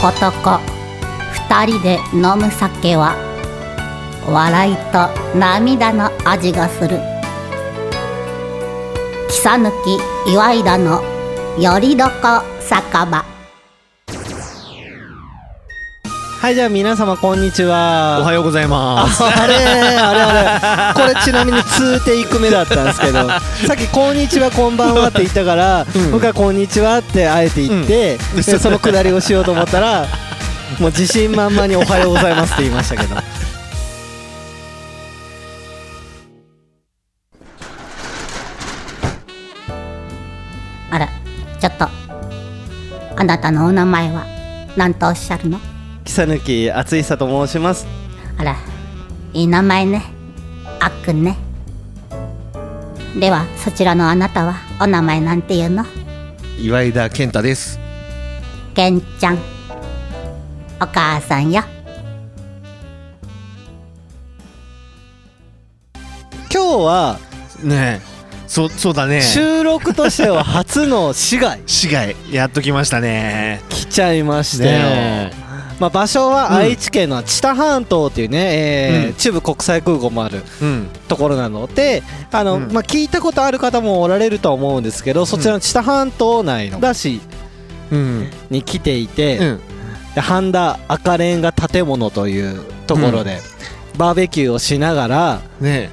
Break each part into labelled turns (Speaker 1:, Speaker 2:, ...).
Speaker 1: 男二人で飲む酒は笑いと涙の味がする草抜き岩井田のよりどこ酒場
Speaker 2: はいじゃあ皆様こんにちは
Speaker 3: おはようございます。
Speaker 2: あれあれあれこれちなみに2テイク目だったんですけ どさっき「こんにちはこんばんは」って言ったから、
Speaker 3: ん
Speaker 2: 僕は「こんにちは」ってあえて言って、
Speaker 3: うん
Speaker 2: でそのくだりをしようと思った らもう自信満々に「おはようございます」って言いましたけど
Speaker 1: あらちょっとあなたのお名前は何とおっしゃるの
Speaker 2: 草抜き厚久と申します
Speaker 1: あらいい名前ねあっくんねではそちらのあなたはお名前なんていうの
Speaker 3: 岩井田健太です。
Speaker 1: けんちゃんお母さんよ
Speaker 2: 今日は
Speaker 3: ねえ、そそうだね。
Speaker 2: 収録としては初の市外
Speaker 3: 市外やっときましたね。
Speaker 2: 来ちゃいまして、
Speaker 3: ね
Speaker 2: まあ、場所は
Speaker 3: うん
Speaker 2: 愛知県の知多半島っていうね、えー
Speaker 3: うん
Speaker 2: 中部国際空港もある
Speaker 3: え。うん。
Speaker 2: ところなのであの、
Speaker 3: うん
Speaker 2: まあ、聞いたことある方もおられるとは思うんですけどそちらの知多半島内のだし
Speaker 3: うん。
Speaker 2: に来ていて、
Speaker 3: うん。
Speaker 2: で半田赤レンガ建物というところで、バーベキューをしながら
Speaker 3: ね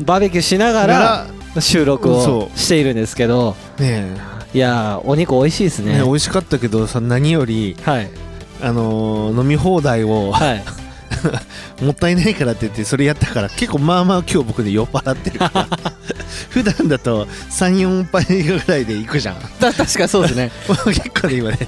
Speaker 2: バーベキューしな
Speaker 3: え。
Speaker 2: がら収録を
Speaker 3: そう
Speaker 2: しているんですけど
Speaker 3: ね
Speaker 2: いやーお肉美味しいです
Speaker 3: え。
Speaker 2: ね
Speaker 3: ねえ美味しかったけどさ何より
Speaker 2: はい
Speaker 3: あのー飲み放題を
Speaker 2: はい
Speaker 3: もったいないからって言ってそれやったから結構まあまあ今日僕で酔っ払 ってるから普段だと34杯ぐらいで行くじゃん
Speaker 2: だ 確かそうですね
Speaker 3: 結構ね今ね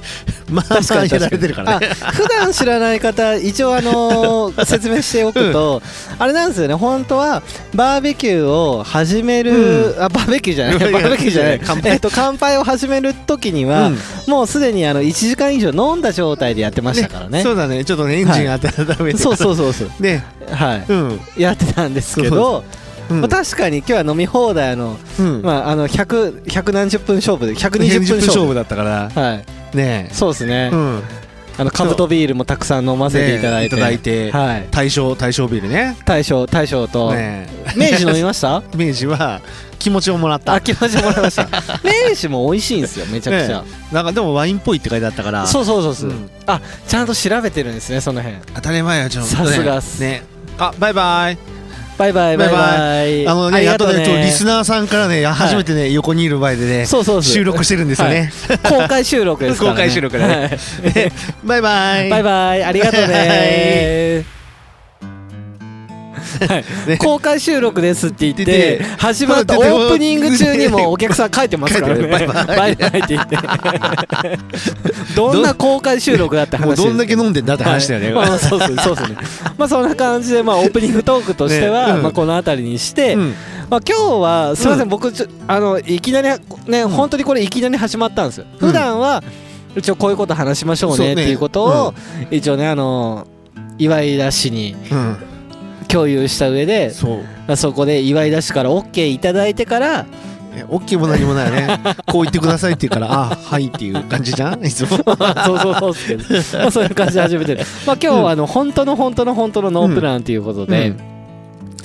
Speaker 3: まあ
Speaker 2: 確
Speaker 3: ま
Speaker 2: か
Speaker 3: あ
Speaker 2: に
Speaker 3: や
Speaker 2: 確
Speaker 3: られ
Speaker 2: か
Speaker 3: て
Speaker 2: に
Speaker 3: るからね
Speaker 2: あ普段知らない方一応あの ー説明しておくと、あれなんですよね本当はバーベキューを始める、あバーベキューじゃ ないバ
Speaker 3: いやいや
Speaker 2: ーベキューじゃない
Speaker 3: 乾杯
Speaker 2: えっと乾杯を始める時には、
Speaker 3: うん
Speaker 2: もうすでにあの1時間以上飲んだ状態でやってましたからね
Speaker 3: そうだねちょっとねエンジン温めて
Speaker 2: そうそうそうそう
Speaker 3: うね
Speaker 2: はい
Speaker 3: うん
Speaker 2: やってたんですけ
Speaker 3: そ
Speaker 2: ど、
Speaker 3: うん
Speaker 2: まあ、確かに今日は飲み放題の、
Speaker 3: うん
Speaker 2: まあ、あの 100, 100何十分勝負で120
Speaker 3: 120
Speaker 2: 分
Speaker 3: 分
Speaker 2: 勝
Speaker 3: 勝
Speaker 2: 負
Speaker 3: 負だったから
Speaker 2: はい
Speaker 3: ね
Speaker 2: そうですね、
Speaker 3: えうん
Speaker 2: あのカブトビールもたくさん飲ませていただいて,、
Speaker 3: ねえいただいて
Speaker 2: はい、
Speaker 3: 大正大正ビールね
Speaker 2: 大将大将と、
Speaker 3: ね
Speaker 2: 明治 飲みました
Speaker 3: え明治は気持ちをもらった
Speaker 2: あ気持ちもらいま した明治も美味しいんですよめちゃくちゃ、
Speaker 3: ねえなんかでもワインっぽいって書いてあったから
Speaker 2: そうそうそうそう、
Speaker 3: うん
Speaker 2: あちゃんと調べてるんですねその辺
Speaker 3: 当たり前やちょっと
Speaker 2: さすがっす
Speaker 3: ねあバイバイ
Speaker 2: バイバイバイバイ
Speaker 3: あのねやっとねちょっとリス
Speaker 2: ナ
Speaker 3: ナーさんからねや
Speaker 2: はい
Speaker 3: 初めてね横にいる前でね
Speaker 2: そうそうそう
Speaker 3: 収録してるんですよね
Speaker 2: 公開収録ですから、ね、
Speaker 3: 公開収録だね
Speaker 2: はい
Speaker 3: ねバイバイ
Speaker 2: バイバイありがとうねはい
Speaker 3: ね
Speaker 2: 公開収録ですって言って
Speaker 3: 言って
Speaker 2: 始まったオープニング中にもお客さん書いてますからね
Speaker 3: 書いてるバイバイ
Speaker 2: イバイって言って どんな公開収録だって話
Speaker 3: も
Speaker 2: で
Speaker 3: う
Speaker 2: すよ
Speaker 3: どんだけ飲んでんだって話だよ
Speaker 2: は
Speaker 3: ね
Speaker 2: いまあまあそうですねそうですねまあそんな感じでまあオープニングトークとしては、
Speaker 3: ねうん
Speaker 2: まあこの辺りにして、
Speaker 3: うん
Speaker 2: まあ今日はすみません、
Speaker 3: うん
Speaker 2: 僕ちょあのいきなりね、本当にこれいきなり始まったんですよ普段は一応こういうこと話しましょう
Speaker 3: そう
Speaker 2: ね
Speaker 3: ね
Speaker 2: っていうことを、一応ねあの岩井田氏に
Speaker 3: うん
Speaker 2: 共有した上で
Speaker 3: そう
Speaker 2: まあそこで岩井田氏から OK いただいて から、
Speaker 3: ね OK も何もないねこう言ってくださいって言うからあはいっていう感じじゃんいつも
Speaker 2: まあそうそうそうですけど、まあ、そういう感じで始めてる、 まあ、今日はあの本当の本当の本当のノープランということで、
Speaker 3: うん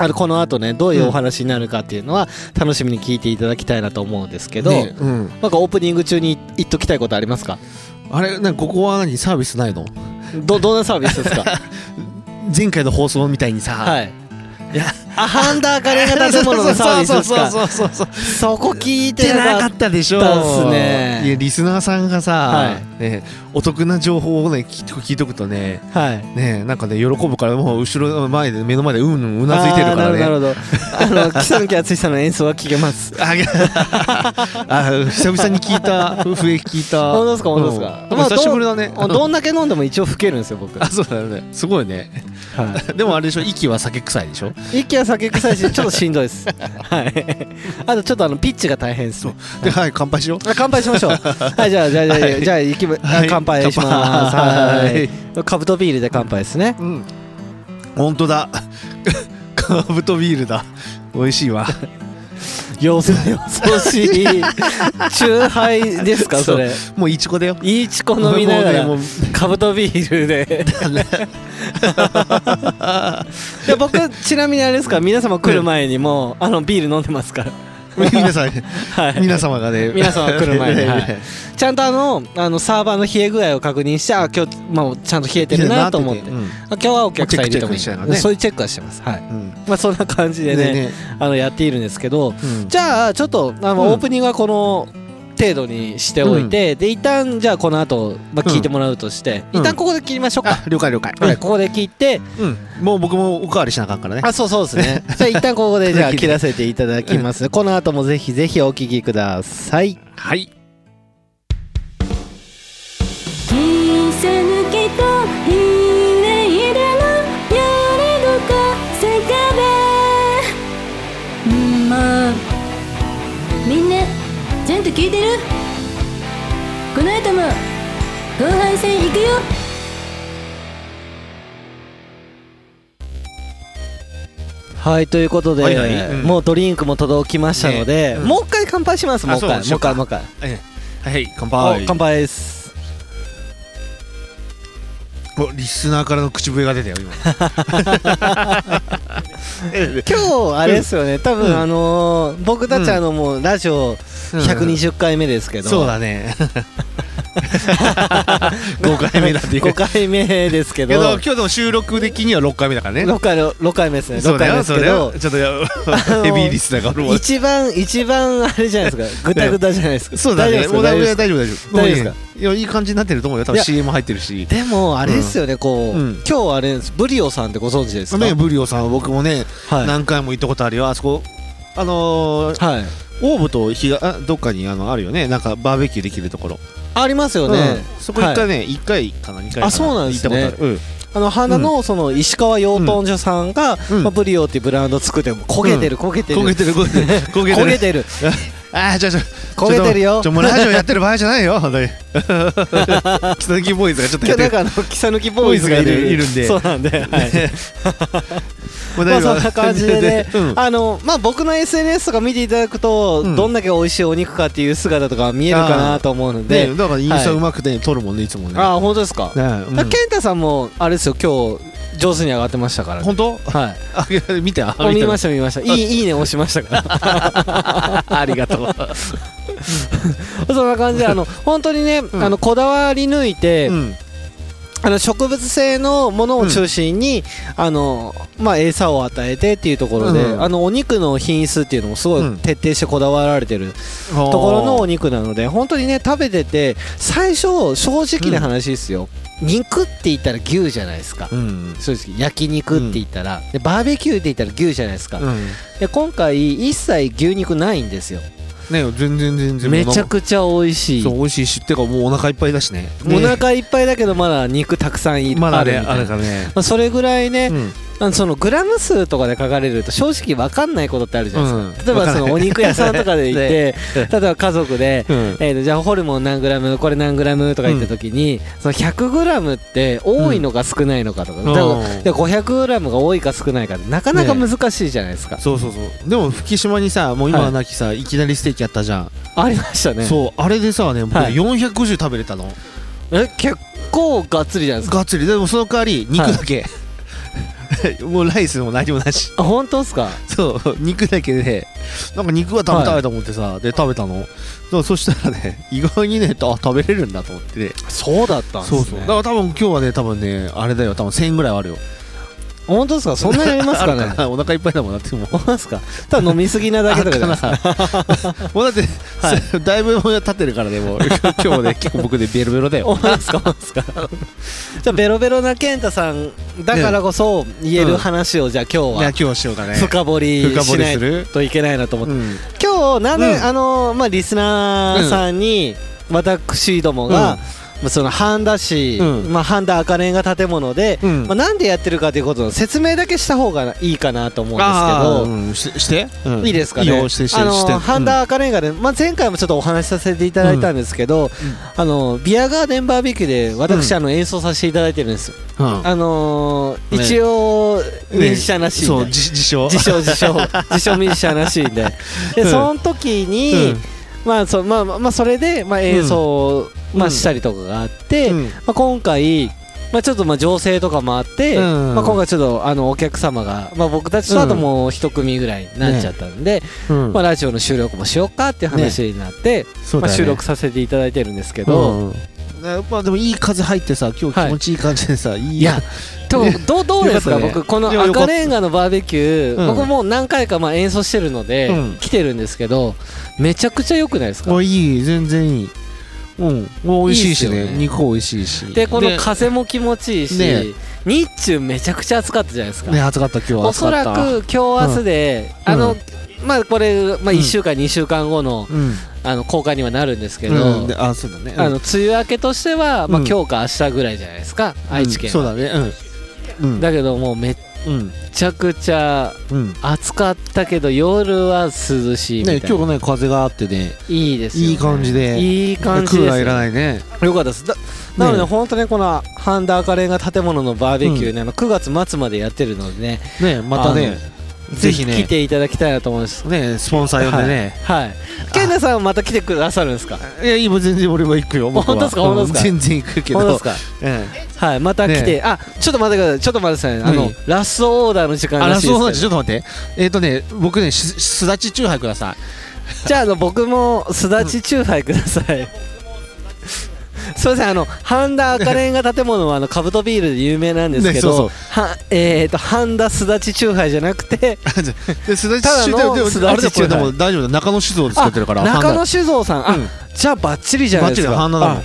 Speaker 2: あのこの後ねどういうお話になるかっていうのは楽しみに聞いていただきたいなと思うんですけど、
Speaker 3: ねうん
Speaker 2: なんかオープニング中に言っときたいことありますか
Speaker 3: あれなんかここは何サービスないの
Speaker 2: どどんなサービスですか
Speaker 3: 前回の放送みたいにさ、
Speaker 2: はい
Speaker 3: いや
Speaker 2: あハンダーカレーが建物のサービスですか
Speaker 3: そうそうそうそうそうそう
Speaker 2: そこ聞い
Speaker 3: 言って
Speaker 2: て
Speaker 3: なか
Speaker 2: なかっ
Speaker 3: ったでしょ
Speaker 2: 言ってなかったっすね
Speaker 3: いやリスナーさんがさ、
Speaker 2: は
Speaker 3: ね、お得な情報をね聞いと聞いとくとね
Speaker 2: たはい
Speaker 3: ねなんかね喜ぶからもう後ろ前で目の前でうんうんうなずいてるから
Speaker 2: あーな
Speaker 3: ね
Speaker 2: るほどなるほどあの木更木敦さんの演奏は聞けます
Speaker 3: あげ あ久々に聞いた笛聞いた
Speaker 2: 本当ですか本当ですか
Speaker 3: う ん
Speaker 2: まあ
Speaker 3: 久しぶりだね
Speaker 2: どんどんだけ飲んでも一応吹けるんですよ僕
Speaker 3: あそうだよねすごいねでもあれでしょ息は酒臭いでしょ
Speaker 2: 息は酒臭いしちょっとしんどいですはいあとちょっとあのピッチが大変ですね
Speaker 3: ではい乾杯しよう
Speaker 2: あ乾杯しましょうはいじゃあじゃあじゃあ、
Speaker 3: はい
Speaker 2: じゃあ行きま、
Speaker 3: はい
Speaker 2: 乾杯します
Speaker 3: 乾杯
Speaker 2: はいカブトビールで乾杯ですね
Speaker 3: うん本当だカーブとビールだ美味しいわ
Speaker 2: よ そよそしい酎ハイですかそれ
Speaker 3: もういちこだよ
Speaker 2: いいチコ飲みながら
Speaker 3: もうねも
Speaker 2: カブトビールでいや僕ちなみにあれですか皆様来る前にもうあのビール飲んでますから
Speaker 3: う皆さん
Speaker 2: はい
Speaker 3: 皆様がね
Speaker 2: 皆様来る前にはい
Speaker 3: ね
Speaker 2: ちゃんとあのあのサーバーの冷え具合を確認してあ今日、まあ、ちゃんと冷えてるなと思って
Speaker 3: う
Speaker 2: あ今
Speaker 3: ん
Speaker 2: 日はお客さん入れてもいい
Speaker 3: チェックチェックしながらね
Speaker 2: そういうチェックはしてますはい
Speaker 3: うん
Speaker 2: まあそんな感じでね
Speaker 3: ね
Speaker 2: あのやっているんですけど
Speaker 3: うん
Speaker 2: じゃあちょっとあの、
Speaker 3: うん
Speaker 2: オープニングはこの程度にしておいて、で一旦じゃあこの後、まあ聞いてもらうとして、
Speaker 3: うん
Speaker 2: 一旦ここで切りましょうか、
Speaker 3: あ了解了解、
Speaker 2: はい、ここで切って、
Speaker 3: うん、もう僕もおかわりしなあかんからね
Speaker 2: あ、そうそうです ね。じゃあ一旦ここでじゃあ切らせていただきます。この後もぜひぜひお聞きください。
Speaker 3: はい
Speaker 4: 「見せ抜きとひれ入れの揺れ動かせかべ」「まあみんなちゃんと聞いてるこの後も後半戦行くよ」
Speaker 2: はい、ということで、
Speaker 3: はいはいうん
Speaker 2: もうドリンクも届きましたので、
Speaker 3: ねうん
Speaker 2: もう一回乾杯します。もう一回、
Speaker 3: あ
Speaker 2: もう
Speaker 3: そ
Speaker 2: 一
Speaker 3: うか
Speaker 2: 回、もう一回。
Speaker 3: はいはい乾
Speaker 2: お
Speaker 3: 杯
Speaker 2: 乾杯です。
Speaker 3: おリスナーからの口笛が出たよ今 え
Speaker 2: 今日あれですよね。多分、
Speaker 3: うん
Speaker 2: あのー僕たち
Speaker 3: うん
Speaker 2: あのもうラジオ120回目ですけど、
Speaker 3: そうだ ね5回目だっていう
Speaker 2: 5回目ですけ
Speaker 3: けど
Speaker 2: ど
Speaker 3: 今。日でも収録的には6回目だからね
Speaker 2: 6回の六回目ですね
Speaker 3: そ
Speaker 2: 6
Speaker 3: うだ
Speaker 2: 回目
Speaker 3: よ
Speaker 2: です
Speaker 3: そう
Speaker 2: け
Speaker 3: だよ
Speaker 2: ど
Speaker 3: ちょっとや
Speaker 2: のー
Speaker 3: ヘビーリスナーがおるわ
Speaker 2: 一番一番あれじゃないです かグダグダじゃないですか
Speaker 3: そうだ
Speaker 2: 大
Speaker 3: ね
Speaker 2: 丈
Speaker 3: も
Speaker 2: 夫
Speaker 3: う
Speaker 2: ですか大
Speaker 3: 大
Speaker 2: 丈
Speaker 3: 丈
Speaker 2: 夫
Speaker 3: 夫
Speaker 2: です
Speaker 3: 大丈
Speaker 2: 大丈夫
Speaker 3: 夫大丈夫
Speaker 2: です
Speaker 3: いやいい感じになってると思うよ多
Speaker 2: い
Speaker 3: 分
Speaker 2: や
Speaker 3: CM 入ってるし
Speaker 2: でもあれですよねこう
Speaker 3: うん
Speaker 2: 今日あれですブリオさんってご存知ですか
Speaker 3: ねブリオさんは僕もね
Speaker 2: はい
Speaker 3: 何回も行ったことあるよあそこあのー
Speaker 2: はい
Speaker 3: オーブと日があどっかにあのあるよねなんかバーベキューできるところ
Speaker 2: ありますよね
Speaker 3: うんそこ一回ね一回かな二回かな
Speaker 2: あそうなんですね
Speaker 3: 行ったことあるうん
Speaker 2: あの花のその石川養豚所さんが
Speaker 3: うん
Speaker 2: まあブリオっていうブランド作っても焦げてる焦げてる
Speaker 3: 焦げてる焦げてる 焦げて
Speaker 2: 焦げ
Speaker 3: る
Speaker 2: てる
Speaker 3: あーちょちょ
Speaker 2: 焦げてるよ
Speaker 3: ちょもうラジオやってる場合じゃないよ本当にキサキボーイズがちょっと
Speaker 2: 今日な
Speaker 3: やって
Speaker 2: ん
Speaker 3: る
Speaker 2: かあの草抜きボーイズがいる
Speaker 3: いるんで
Speaker 2: そうなんではい
Speaker 3: もう
Speaker 2: まあ
Speaker 3: だいぶ、
Speaker 2: そんな感じでね
Speaker 3: うん
Speaker 2: あのまあ僕の SNS とか見ていただくと、
Speaker 3: うん
Speaker 2: どんだけ美味しいお肉かっていう姿とか見えるかなと思うので、
Speaker 3: ねだからインスタうまくて撮るもんねいつもね
Speaker 2: ああ本当ですか。
Speaker 3: ね
Speaker 2: だから健太さんもあれですよ今日上手に上がってましたから、ね。
Speaker 3: 本当
Speaker 2: はい。
Speaker 3: あいや見てあ
Speaker 2: あ見ま
Speaker 3: し
Speaker 2: した見ました。いいいいね押しました から。
Speaker 3: たありがとう
Speaker 2: そんな感じであの本当にね、
Speaker 3: ん
Speaker 2: あのこだわり抜いて、
Speaker 3: うん
Speaker 2: あの植物性のものを中心に、あのまあ餌を与えてっていうところで、
Speaker 3: うん
Speaker 2: あのお肉の品質っていうのもすご
Speaker 3: う
Speaker 2: い
Speaker 3: ん
Speaker 2: 徹底してこだわられてる。
Speaker 3: と
Speaker 2: ところのお肉なので本当にね食べてて最初正直な話ですよ、肉って言ったら牛じゃないですか、
Speaker 3: うん
Speaker 2: そうです焼肉って言ったら、でバーベキューって言ったら牛じゃないですか、
Speaker 3: うん
Speaker 2: で今回一切牛肉ないんですよ
Speaker 3: ね全然全然
Speaker 2: めちゃくちゃ美味しい
Speaker 3: そう美味しいしってかもうお腹いっぱいだしね
Speaker 2: お腹いっぱいだけどまだ肉たくさんい
Speaker 3: まだ
Speaker 2: あ
Speaker 3: ね
Speaker 2: るみた
Speaker 3: あ
Speaker 2: い
Speaker 3: れ
Speaker 2: な
Speaker 3: かね
Speaker 2: まあそれぐらいね、
Speaker 3: うん
Speaker 2: あのそのグラム数とかで書かれると正直わかんないことってあるじゃないですか、
Speaker 3: うん
Speaker 2: 例えばそのお肉屋さんとかで行 って、 例えば家族で、
Speaker 3: うん
Speaker 2: えーとじゃあホルモン何グラムこれ何グラムとか言った時に、その100グラムって多いのか少ないのかとか,、
Speaker 3: ん
Speaker 2: だから
Speaker 3: おー
Speaker 2: で500グラムが多いか少ないかってなかなか難しいじゃないですか、
Speaker 3: そうそうそうでも福島にさもう今はなきさいきなりステーキあったじゃん
Speaker 2: ありましたね
Speaker 3: そうあれでさね僕
Speaker 2: はい
Speaker 3: 450食べれたの
Speaker 2: え結構がっつりじゃないですか
Speaker 3: がっつりでもその代わり肉だけ もうライスも何もなし
Speaker 2: あ本当ですか
Speaker 3: そう肉だけでなんか肉は食べたいと思ってさ、で食べたのそうそしたらね意外にねあ食べれるんだと思ってね
Speaker 2: そうだったんです
Speaker 3: そ
Speaker 2: ね
Speaker 3: うそうだから多分今日はね多分ねあれだよ多分1000円ぐらいはあるよ
Speaker 2: 本当ですかそんなにありますか
Speaker 3: ある
Speaker 2: ね
Speaker 3: かなお腹いっぱいだもんだってもう
Speaker 2: 本当ですかただ飲みすぎなだけとかじゃないですか
Speaker 3: もうだって、だいぶ経ってるからね もう今日もね結構僕でベロベロだよ
Speaker 2: 本当ですか本当ですかじゃあベロベロな健太さんだからこそ言える話をじゃあ今
Speaker 3: いや
Speaker 2: 日は
Speaker 3: 今日はしようかね
Speaker 2: 深掘り
Speaker 3: 深掘
Speaker 2: し
Speaker 3: り
Speaker 2: な
Speaker 3: す
Speaker 2: い
Speaker 3: る
Speaker 2: といけないなと思って
Speaker 3: うん
Speaker 2: 今日なぜ、
Speaker 3: うん
Speaker 2: あのまあリスナーさんに、私どもが、まあその半田市、
Speaker 3: うん
Speaker 2: まあ、半田赤レンガ建物で、
Speaker 3: うん
Speaker 2: まあ、なんでやってるかということの説明だけした方がいいかなと思うんですけど、
Speaker 3: うんしして、うん
Speaker 2: いいですか
Speaker 3: いい
Speaker 2: ね。
Speaker 3: よしてして
Speaker 2: あの
Speaker 3: して
Speaker 2: ハンダ赤レンガで、まあ前回もちょっとお話しさせていただいたんですけど、あのビアガーデンバーベキューで私、
Speaker 3: うん
Speaker 2: あの演奏させていただいてるんです。
Speaker 3: うんうん
Speaker 2: あのー
Speaker 3: ね
Speaker 2: 一応ミュージシャンらしいんで、
Speaker 3: そう自自称
Speaker 2: 自称自 称自称ミュージシャンらしいんで、で
Speaker 3: うん
Speaker 2: その時に、
Speaker 3: うん
Speaker 2: まあそまあまあまあそれでまあ演奏を、
Speaker 3: うん
Speaker 2: まあしたりとかがあって、
Speaker 3: うん
Speaker 2: まあ、今回、まあ、ちょっとまあ情勢とかもあって、
Speaker 3: うん
Speaker 2: まあ、今回ちょっとあのお客様が、まあ、僕たちとあともう一組ぐらいになっちゃったんで、
Speaker 3: うん
Speaker 2: まあ、ラジオの収録もしようかっていう話になって、
Speaker 3: そう
Speaker 2: ま
Speaker 3: だ
Speaker 2: あ、
Speaker 3: ね
Speaker 2: 収録させていただいてるんですけど、
Speaker 3: うんねまあでもいい風入ってさ今日気持ちいい感じで さ、い、いや
Speaker 2: でもどうどうですか
Speaker 3: よかったね
Speaker 2: 僕この
Speaker 3: いやよかっ
Speaker 2: 赤
Speaker 3: た
Speaker 2: レンガのバーベキュー、
Speaker 3: うん
Speaker 2: 僕もう何回かまあ演奏してるので、
Speaker 3: うん
Speaker 2: 来てるんですけどめちゃくちゃ良くないですか、
Speaker 3: もういい全然いいうんもう美味しいし
Speaker 2: いいっ
Speaker 3: ね
Speaker 2: すよね
Speaker 3: 肉美味しいし
Speaker 2: でこの風も気持ちいいし、
Speaker 3: ね
Speaker 2: 日中めちゃくちゃ暑かったじゃないですか、
Speaker 3: ね暑かった今日は
Speaker 2: お
Speaker 3: 暑か
Speaker 2: そ
Speaker 3: っ
Speaker 2: ら
Speaker 3: た
Speaker 2: く今日明日で、
Speaker 3: うん
Speaker 2: あの、
Speaker 3: う
Speaker 2: まあこれ、まあ、
Speaker 3: うん
Speaker 2: 1週間、2週間後の
Speaker 3: うん
Speaker 2: あの公開にはなるんですけど、
Speaker 3: うんであそうだねうん
Speaker 2: あの梅雨明けとしては、まあ、
Speaker 3: うん
Speaker 2: 今日か明日ぐらいじゃないですか、愛知県
Speaker 3: うんそう
Speaker 2: は
Speaker 3: だねうんうん
Speaker 2: だけどもうめっ
Speaker 3: うん
Speaker 2: ちゃくちゃ
Speaker 3: うん
Speaker 2: 暑かったけど夜は涼しいみた
Speaker 3: ね
Speaker 2: いな、
Speaker 3: 今日ね風があってね
Speaker 2: いいですよ、ね、
Speaker 3: いい感じで
Speaker 2: いい感じ
Speaker 3: クー
Speaker 2: で
Speaker 3: ラー
Speaker 2: す
Speaker 3: いら
Speaker 2: よ
Speaker 3: ないね
Speaker 2: よかったですだなので、本当にこのハンダ赤レンガ建物のバーベキューね、あの9月末までやってるのでね
Speaker 3: ねまたねぜひ
Speaker 2: 来
Speaker 3: ね
Speaker 2: ていただきたいなと思います
Speaker 3: ねスポンサー呼んでね
Speaker 2: はい、はい、ケンナさんはまた来てくださるんですか
Speaker 3: いや今全然俺は行くよ僕は
Speaker 2: 本当ですか本当ですか
Speaker 3: うん全然行くけど
Speaker 2: 本当ですか
Speaker 3: うん
Speaker 2: はいまた来て、
Speaker 3: ね
Speaker 2: あちょっと待ってくださいちょっと待ってくださいねあの
Speaker 3: 何
Speaker 2: ラストオーダーの時間
Speaker 3: あ
Speaker 2: ら
Speaker 3: ら
Speaker 2: しい
Speaker 3: そうなん
Speaker 2: で
Speaker 3: ですすちょっと待ってえっとね僕ねすすだちチューハイくだ さい
Speaker 2: じゃああの僕もすだちチューハイください、すいませんあの半田赤レンガ建物はあのカブトビールで有名なんですけ
Speaker 3: ねそ
Speaker 2: ど、
Speaker 3: う
Speaker 2: はえー、と半田すだちチューハイじゃなくて
Speaker 3: ですだ
Speaker 2: ただのすだ
Speaker 3: あれ
Speaker 2: ち
Speaker 3: だ
Speaker 2: チ
Speaker 3: こ
Speaker 2: ューハ
Speaker 3: れで
Speaker 2: イ
Speaker 3: も大丈夫だ中野酒造で使
Speaker 2: あ
Speaker 3: ってるから
Speaker 2: 中
Speaker 3: 半
Speaker 2: 野酒造さんあ、
Speaker 3: うん
Speaker 2: じゃあバッチリじゃ
Speaker 3: 田
Speaker 2: ない
Speaker 3: バッ
Speaker 2: で
Speaker 3: チ
Speaker 2: す
Speaker 3: リ
Speaker 2: か
Speaker 3: だ半田だもん
Speaker 2: あ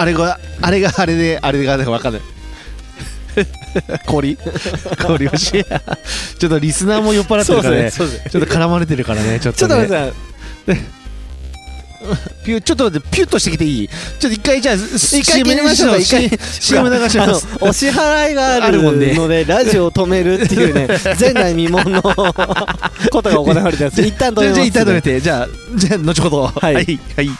Speaker 3: あれがあれがあれであれが分 かんない氷氷欲しいちょっとリスナーも酔っ払って
Speaker 2: そ
Speaker 3: る
Speaker 2: う
Speaker 3: から
Speaker 2: で
Speaker 3: ね
Speaker 2: すねそうですね
Speaker 3: ちょっと絡まれてるからねちょっ
Speaker 2: ちょ
Speaker 3: と
Speaker 2: っと待っ
Speaker 3: ね
Speaker 2: てください
Speaker 3: ピュちょっと待ってピュッとしてきていいちょっと一回じゃあ一
Speaker 2: 一回切りましょうか一回
Speaker 3: CM 流し
Speaker 2: あ
Speaker 3: ま
Speaker 2: の
Speaker 3: す
Speaker 2: お支払いがあ
Speaker 3: あ
Speaker 2: る
Speaker 3: るもんね
Speaker 2: のでラジオを止めるっていう ね前代未聞のことが行われてます一旦止めます
Speaker 3: じゃあ一旦止めてじゃあじゃあ後ほど
Speaker 2: はい
Speaker 3: はい、はい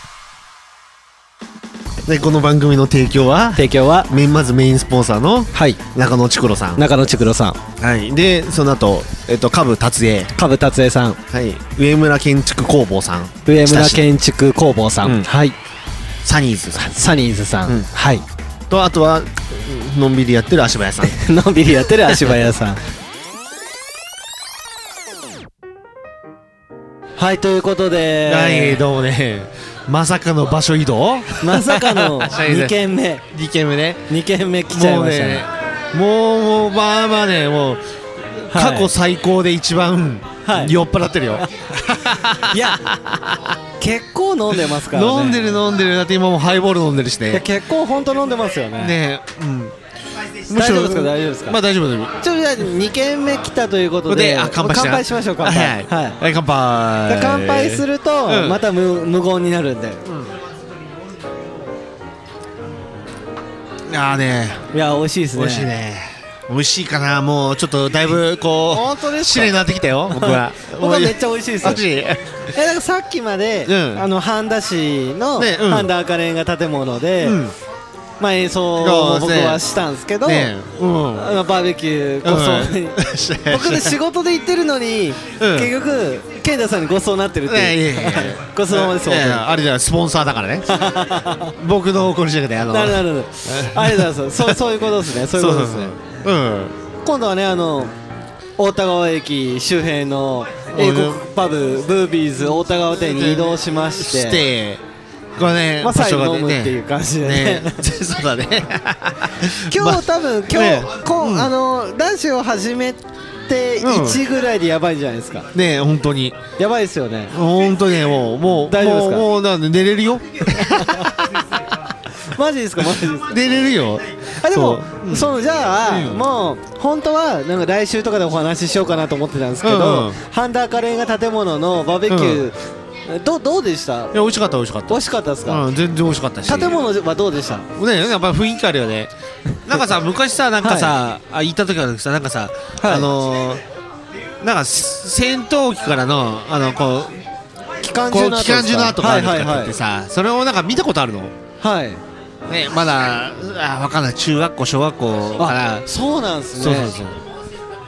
Speaker 3: でこの番組の提供は
Speaker 2: 提供は
Speaker 3: メインまずメインスポンサーの
Speaker 2: はい
Speaker 3: 中野ちくろさん、
Speaker 2: 中野ちくろさん
Speaker 3: はい、でその後えっと下部達也、
Speaker 2: 株達也さん
Speaker 3: はい、上村建築工房さん
Speaker 2: 上村建築工房さん、
Speaker 3: うん
Speaker 2: はい
Speaker 3: サニーズさ
Speaker 2: サニーズさん、
Speaker 3: うん
Speaker 2: はい
Speaker 3: んとあとはのんびりやってる足早さん
Speaker 2: のんびりやってる足早さんはいということで、
Speaker 3: はいどうもねまさかの場所移動
Speaker 2: まさか の
Speaker 3: はい
Speaker 2: 2軒目
Speaker 3: ?2 軒目ね
Speaker 2: 2軒目来ちゃいましたね
Speaker 3: もうねもうもうまあまあねもう、
Speaker 2: はい
Speaker 3: 過去最高で一番、
Speaker 2: はい
Speaker 3: 酔っ払って るよ
Speaker 2: いや結構飲んでますからね
Speaker 3: 飲んでる飲んでるだって今もうハイボール飲んでるし
Speaker 2: いや
Speaker 3: ね
Speaker 2: 結構本当飲んでますよね
Speaker 3: ねうん
Speaker 2: 大丈夫ですか大丈夫ですか
Speaker 3: まあ大丈夫大丈夫
Speaker 2: ちょっとじゃあ2軒目来たということで
Speaker 3: で、あ乾杯しな
Speaker 2: しましょう乾杯
Speaker 3: はいはい、
Speaker 2: はい
Speaker 3: はい乾
Speaker 2: で
Speaker 3: 杯
Speaker 2: 乾杯すると、
Speaker 3: うん
Speaker 2: また無無言になるんで、
Speaker 3: ああね
Speaker 2: いや美味しいですね
Speaker 3: 美味しいね美味しいかなもうちょっとだいぶこ
Speaker 2: 本当
Speaker 3: う
Speaker 2: です
Speaker 3: 綺麗になってき たよ僕は
Speaker 2: 僕はめっちゃ美味しいですよ
Speaker 3: 美味しい
Speaker 2: えだからさっきまで、
Speaker 3: うん
Speaker 2: あの半田市の
Speaker 3: ねうん
Speaker 2: 半田赤レンガ建物で、
Speaker 3: うん
Speaker 2: まあ、演奏を僕はしたんですけど、
Speaker 3: ねうん
Speaker 2: あのバーベキューご
Speaker 3: う
Speaker 2: 馳
Speaker 3: ん
Speaker 2: 走、 僕で仕事で行ってるのに、結局健太さんにご馳走になってるって
Speaker 3: ねいやい
Speaker 2: いう、
Speaker 3: やいや
Speaker 2: ご馳走様です
Speaker 3: いやい やあれじゃないスポンサーだからね僕のこれじゃなくてあの
Speaker 2: なるなるなるありがとうございますそうそういうことですねそういうことですね
Speaker 3: そううん
Speaker 2: 今度はねあの大田川駅周辺の英国パブブービーズ大田川店に移動しまして
Speaker 3: してこれね
Speaker 2: まあ
Speaker 3: 場所が
Speaker 2: 最後飲む
Speaker 3: ね
Speaker 2: っていう感じでね
Speaker 3: そうだね
Speaker 2: 今日多分今日、
Speaker 3: ね
Speaker 2: こう
Speaker 3: うん
Speaker 2: あのラジオ始めて
Speaker 3: うん
Speaker 2: 1ぐらいでやばいんじゃないですか、
Speaker 3: ねえ本当に
Speaker 2: やばいですよね
Speaker 3: 本当ねもうもう
Speaker 2: 大丈夫ですか
Speaker 3: もうもうなんで寝れるよ
Speaker 2: マジですかマジですか
Speaker 3: 寝れるよ
Speaker 2: あでも
Speaker 3: そう
Speaker 2: そのじゃあ、
Speaker 3: うん
Speaker 2: もう本当はなんか来週とかでお話ししようかなと思ってたんですけど、
Speaker 3: うんうん
Speaker 2: ハンダーカレンが建物のバーベキューどどうでした
Speaker 3: いや美味しかった美味しかっ
Speaker 2: 美
Speaker 3: た
Speaker 2: 味しかったですか、
Speaker 3: うん全然美味しかったし
Speaker 2: 建物はどうでした
Speaker 3: ねやっぱ雰囲気あるよねなんか さ昔さなんかさ、あ行った時はさなんかさ、
Speaker 2: はい
Speaker 3: あのー、なんかす戦闘機からのあのこう
Speaker 2: 機関
Speaker 3: こ
Speaker 2: 銃
Speaker 3: う
Speaker 2: の跡
Speaker 3: 機関銃の跡があると
Speaker 2: はいはい
Speaker 3: か
Speaker 2: は
Speaker 3: っ
Speaker 2: い
Speaker 3: てさ、それをなんか見たことあるの
Speaker 2: はい
Speaker 3: ねまだあわかんない中学校小学校から
Speaker 2: あそうなんですね
Speaker 3: そうそうそう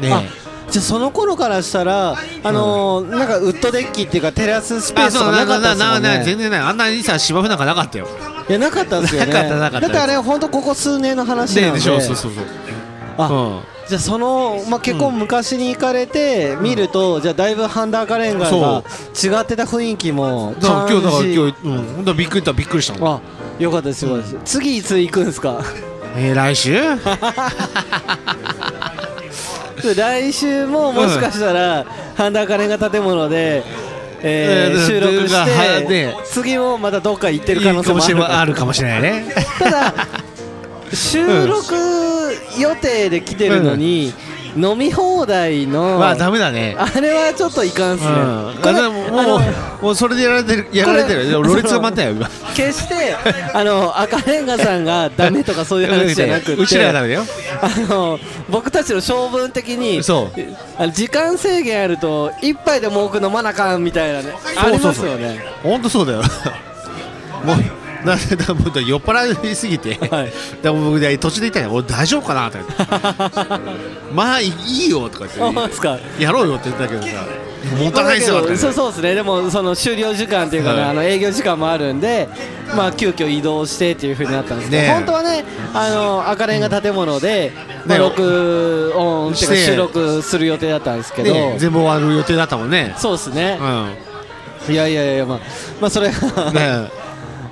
Speaker 3: ね
Speaker 2: あじゃあその頃からしたらあのーなんかウッドデッキっていうかテラススペースとかなかったですもん
Speaker 3: なな全
Speaker 2: ね
Speaker 3: 然ないあんなにさ芝生なんかなかったよ
Speaker 2: いやなかったですよね
Speaker 3: なかったなかった
Speaker 2: だってあれ本当ここ数年の話な
Speaker 3: ね
Speaker 2: ん
Speaker 3: で
Speaker 2: で
Speaker 3: しょそうそうそう
Speaker 2: あ
Speaker 3: うん
Speaker 2: じゃあその、まあ、結構昔に行かれて見ると、じゃあだいぶハンダーカレンガが違ってた雰囲気も
Speaker 3: だから
Speaker 2: 感じ
Speaker 3: 今日だから今日うん本当びっくりだびっくりしたもん
Speaker 2: あよかったですよかったです、次いつ行くんですか
Speaker 3: えー来週
Speaker 2: 来週ももしかしたら、ハンダーカレンガ建物で、えー
Speaker 3: えー
Speaker 2: 収録
Speaker 3: が
Speaker 2: して、
Speaker 3: ね
Speaker 2: 次もまたどっか行ってる可能性もあるから
Speaker 3: あるかもしれないね
Speaker 2: ただ収録予定で来てるのに、飲み放題の、
Speaker 3: まあダメだね
Speaker 2: あれはちょっといかんっすね、
Speaker 3: うん
Speaker 2: これ
Speaker 3: あでも
Speaker 2: あ
Speaker 3: も
Speaker 2: の
Speaker 3: うもうそれでやられてるやられて
Speaker 2: こ
Speaker 3: る
Speaker 2: れ
Speaker 3: でもろれつが待った よ今
Speaker 2: 決してあの赤レンガさんがダメとかそういう話じゃなくて
Speaker 3: うちらはダメだよ
Speaker 2: あの僕たちの性分的に
Speaker 3: そう
Speaker 2: あの時間制限あると一杯でも多く飲まなあかんみたいなねありますよね
Speaker 3: 本当そうだよ もうなんでだからもう酔っ払いすぎて、
Speaker 2: はい
Speaker 3: でも僕ね途中で言ったよ俺大丈夫かなとか言 ってまあいいよとか言
Speaker 2: 思う
Speaker 3: っ
Speaker 2: んすか
Speaker 3: てやろうよって言ったけどさもたないですよ
Speaker 2: まあ
Speaker 3: と
Speaker 2: だけど
Speaker 3: か言って
Speaker 2: そうそうですねでもその終了時間っていうかね、
Speaker 3: はい
Speaker 2: あの営業時間もあるんでまあ急遽移動してっていう風になったんですけど、
Speaker 3: ねえ
Speaker 2: 本当はねあの赤レンガ建物で、まあ、
Speaker 3: ね
Speaker 2: 録音っていうか
Speaker 3: して
Speaker 2: 収録する予定だったんですけど、
Speaker 3: ね全部終わる予定だったもんね
Speaker 2: そうですね
Speaker 3: う、ん
Speaker 2: いやいやいやまあまあそれが
Speaker 3: ね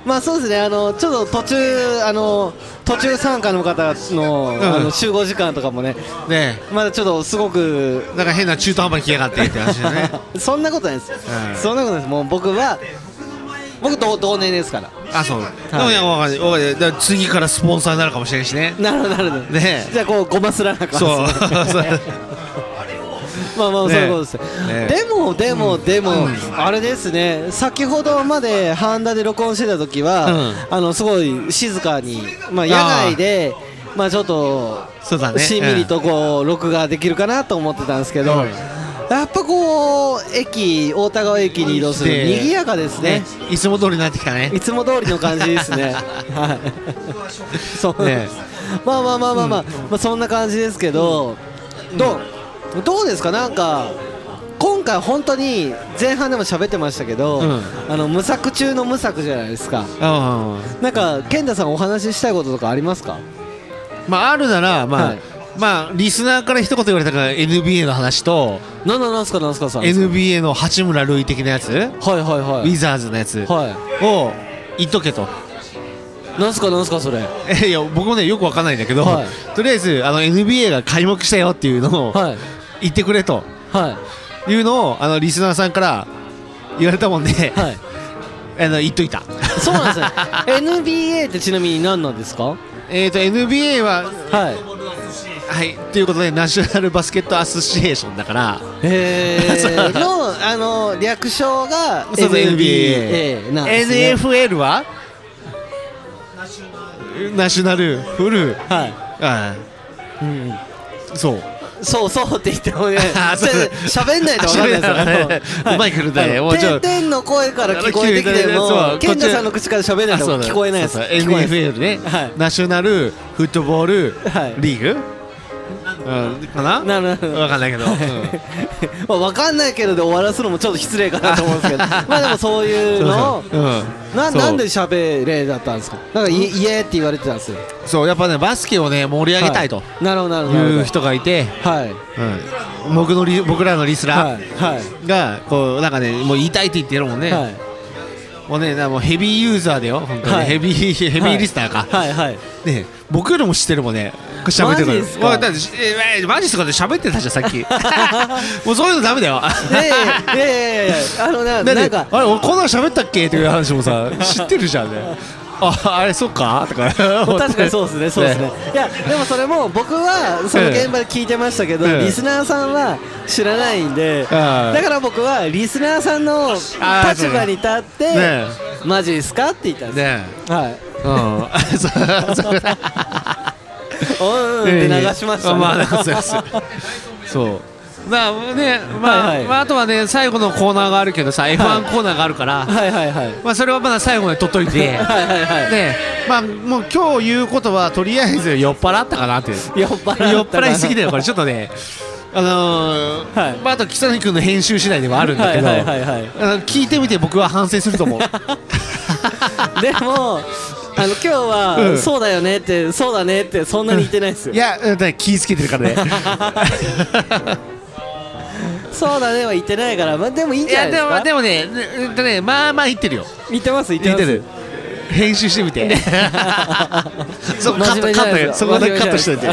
Speaker 2: まあそうですね、あのちょっと途中、あの途中参加の方の,、
Speaker 3: ん
Speaker 2: あの集合時間とかもね、
Speaker 3: ね
Speaker 2: まだちょっとすごく、
Speaker 3: なんか変な中途半端に来やがってって話だね
Speaker 2: そんなことないです、
Speaker 3: ん
Speaker 2: そんなことないです、もう僕は、僕同、同年ですから、
Speaker 3: あそう、でもいやわかんないわかんないだから次からスポンサーになるかもしれんしね
Speaker 2: なるほど、なるほど、
Speaker 3: ね
Speaker 2: じゃあ、こう、ごますらなあかんです
Speaker 3: そう そう
Speaker 2: まあまあ、
Speaker 3: ね
Speaker 2: そういうことです、
Speaker 3: ね
Speaker 2: でも、でも、でも、
Speaker 3: うん
Speaker 2: あれですね、先ほどまでハンダで録音してた時は、
Speaker 3: うん
Speaker 2: あのすごい静かに、まあ、野外で、まあちょっと。
Speaker 3: そうだね
Speaker 2: しんみりとこう録画できるかなと思ってたんですけど、
Speaker 3: うん
Speaker 2: やっぱこう駅大田川駅に移動する
Speaker 3: で
Speaker 2: 賑やかです
Speaker 3: うん
Speaker 2: ね
Speaker 3: ねいつも通りになってきたね
Speaker 2: いつも通りの感じです ねはいそう
Speaker 3: ね
Speaker 2: まあまあまあまあまあ、まあ、そんな感じですけど、どうどうですかなんか今回本当に前半でも喋ってましたけど、
Speaker 3: うん
Speaker 2: あの無作中の無作じゃないですか
Speaker 3: うん
Speaker 2: なんか健太さんお話ししたいこととかありますか
Speaker 3: まああるならまあ、
Speaker 2: はい
Speaker 3: まあリスナーから一言言われたから NBA の話と
Speaker 2: なんなんなんすかなんすかさん
Speaker 3: NBA の八村塁的なやつ、
Speaker 2: はいはい
Speaker 3: ウ
Speaker 2: は
Speaker 3: ィザーズのやつ
Speaker 2: いはい
Speaker 3: を言っとけと
Speaker 2: なんすかなんすかそれ
Speaker 3: えいや僕もねよくわかんないんだけど、
Speaker 2: はい
Speaker 3: とりあえずあの NBA が開幕したよっていうのを
Speaker 2: はい
Speaker 3: 言ってくれと
Speaker 2: はい
Speaker 3: いうのをあのリスナーさんから言われたもんで、
Speaker 2: はい
Speaker 3: あの言っといた
Speaker 2: そうなんですね NBA ってちなみに何なんですか
Speaker 3: えーと NBA は
Speaker 2: はい
Speaker 3: はいということでナショナルバスケットアソシエーションだから
Speaker 2: え ー、のあの略称が
Speaker 3: そうそう
Speaker 2: NBA なんですね
Speaker 3: NFL はナショナルフル
Speaker 2: は
Speaker 3: あ
Speaker 2: い、うん、
Speaker 3: あそう
Speaker 2: そうそうって言って もね
Speaker 3: あそう
Speaker 2: しゃべんないと分か んないですよ
Speaker 3: 喋んないとねうまいことね
Speaker 2: あの
Speaker 3: もうちょ
Speaker 2: てんてんの声から聞こえてきて
Speaker 3: そうこっ
Speaker 2: も
Speaker 3: ち
Speaker 2: 健太さんの口からしゃべんない
Speaker 3: あ
Speaker 2: と
Speaker 3: そうだ
Speaker 2: 聞こえないです
Speaker 3: そうそう
Speaker 2: 聞こえないです
Speaker 3: NFL ね、
Speaker 2: はい
Speaker 3: ナショナルフットボール、
Speaker 2: はい
Speaker 3: リーグ、うん、かな
Speaker 2: なるほど
Speaker 3: わかんないけ ど、うん
Speaker 2: まあ分かんないけどで終わらすのもちょっと失礼かなと思うんですけ どまあでもそういうのを
Speaker 3: そうそううん
Speaker 2: な
Speaker 3: そう
Speaker 2: なんで喋れだったんですかなんかい「家」って言われてたんですよ
Speaker 3: そうやっぱねバスケをね盛り上げたいと
Speaker 2: なるほどなるほど
Speaker 3: いう人がいて、
Speaker 2: はい
Speaker 3: うん僕のリ僕らのリス
Speaker 2: は
Speaker 3: ラ
Speaker 2: い
Speaker 3: ー
Speaker 2: はい
Speaker 3: がこうなんかねもう言いたいって言ってるもんね、
Speaker 2: はい
Speaker 3: もうねなもうヘビーユーザーだよ本当に、
Speaker 2: はい
Speaker 3: ヘビーヘビーリスナーか、
Speaker 2: はい はい
Speaker 3: ね僕よりも知ってるもんね喋ってる
Speaker 2: マジっすか
Speaker 3: わだってしえーマジっすかって喋ってたじゃんさ っきもうそういうのダメだよ
Speaker 2: いやい やいやいやいやいやあのな
Speaker 3: だって
Speaker 2: なんか
Speaker 3: あれ俺こんなの喋ったっけっていう話もさ知ってるじゃんねああれそうかとか
Speaker 2: 確かにそうですね、そうですね。いや、でもそれも僕はその現場で聞いてましたけど、
Speaker 3: ええ
Speaker 2: リスナーさんは知らないんで、
Speaker 3: ああ
Speaker 2: だから僕はリスナーさんの
Speaker 3: ああ
Speaker 2: 立場に立っ
Speaker 3: ね
Speaker 2: て、マジですかって言ったん
Speaker 3: え
Speaker 2: で
Speaker 3: ね
Speaker 2: す。はい。
Speaker 3: えうんそうそう
Speaker 2: うんうんって流しましたね。
Speaker 3: まあまあそうですそうまあねまあ、
Speaker 2: はいはい
Speaker 3: まあ、あとはね最後のコーナーがあるけどさ、F1 コーナーがあるか ら、
Speaker 2: はいはいはい。
Speaker 3: まあそれはまだ最後まで取っとい て
Speaker 2: はいはいはい
Speaker 3: でまあもう今日言うことはとりあえず酔っ払ったかなって
Speaker 2: 酔っ払ったな
Speaker 3: 酔っ払いすぎだよこれちょっとねあのー
Speaker 2: はい
Speaker 3: まあ、あと北谷君の編集次第ではあるんだけど、
Speaker 2: はいはいはいはい
Speaker 3: あの聞いてみて僕は反省する と思う
Speaker 2: でも、あの今日
Speaker 3: う
Speaker 2: は
Speaker 3: ん
Speaker 2: そうだよねって、そうだねってそんなに言ってないですよ
Speaker 3: い。やだから気ぃつけてるからね
Speaker 2: そうだねは言ってないから、まあでもいいん
Speaker 3: い
Speaker 2: じゃな
Speaker 3: や
Speaker 2: いで
Speaker 3: ですも
Speaker 2: か。
Speaker 3: でもねねうんとねまあまあ言ってるよ
Speaker 2: 言ってます言って
Speaker 3: 言っ
Speaker 2: ま
Speaker 3: て
Speaker 2: す。
Speaker 3: る編集して みてそこカッ
Speaker 2: 真面目
Speaker 3: ト
Speaker 2: じ
Speaker 3: カ
Speaker 2: ゃない
Speaker 3: ッ
Speaker 2: で
Speaker 3: ト
Speaker 2: す
Speaker 3: そ
Speaker 2: か
Speaker 3: こだけカットしといて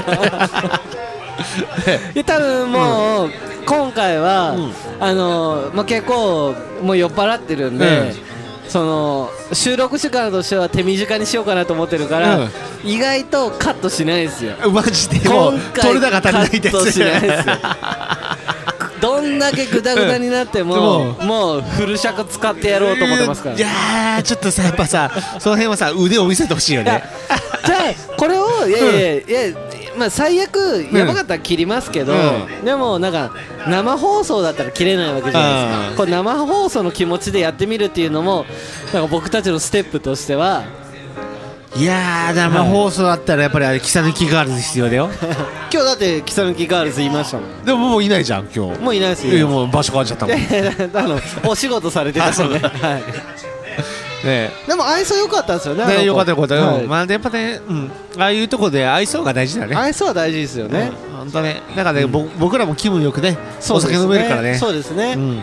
Speaker 2: いや多分もう、今回は、あのまあ、結構もう酔っ払ってるんで、その収録時間としては手短にしようかなと思ってるから、
Speaker 3: うん
Speaker 2: 意外とカットしないですよ
Speaker 3: マジでもう
Speaker 2: 今回
Speaker 3: 取れ高足りないで
Speaker 2: カットし
Speaker 3: す
Speaker 2: ないですよどんだけグダグダになっても、
Speaker 3: う
Speaker 2: もうフル尺使ってやろうと思ってますから
Speaker 3: いやーちょっとさやっぱさその辺はさ腕を見せてほしいよ
Speaker 2: いや
Speaker 3: ね
Speaker 2: じゃあこれをいやいやいや、まあ、最悪やばかったら切りますけど、
Speaker 3: う
Speaker 2: でもなんか生放送だったら切れないわけじゃないですか
Speaker 3: うん
Speaker 2: これ生放送の気持ちでやってみるっていうのもなんか僕たちのステップとしてはい
Speaker 3: やー生放送だったらやっぱりあれ木更木ガールズ必要 だよ
Speaker 2: 今日だってキサヌキガールズいましたもん
Speaker 3: でももういないじゃん今日
Speaker 2: もういないです
Speaker 3: いや
Speaker 2: よ
Speaker 3: もう場所変わっちゃ ったもんね
Speaker 2: いやいや あのお仕事されてたん で、
Speaker 3: あ
Speaker 2: はい、
Speaker 3: え
Speaker 2: でも愛想良かったんですよねあの子
Speaker 3: ね、よかったよかった、
Speaker 2: は
Speaker 3: うんまあやっぱね、うん、ああいうとこで愛想が大事だね
Speaker 2: い、愛想は大事ですよね、
Speaker 3: うん本当ねだからね、ぼ僕らも気分よくね
Speaker 2: そう
Speaker 3: お
Speaker 2: です
Speaker 3: 酒
Speaker 2: ね
Speaker 3: 飲めるからね
Speaker 2: そうですね、
Speaker 3: うん、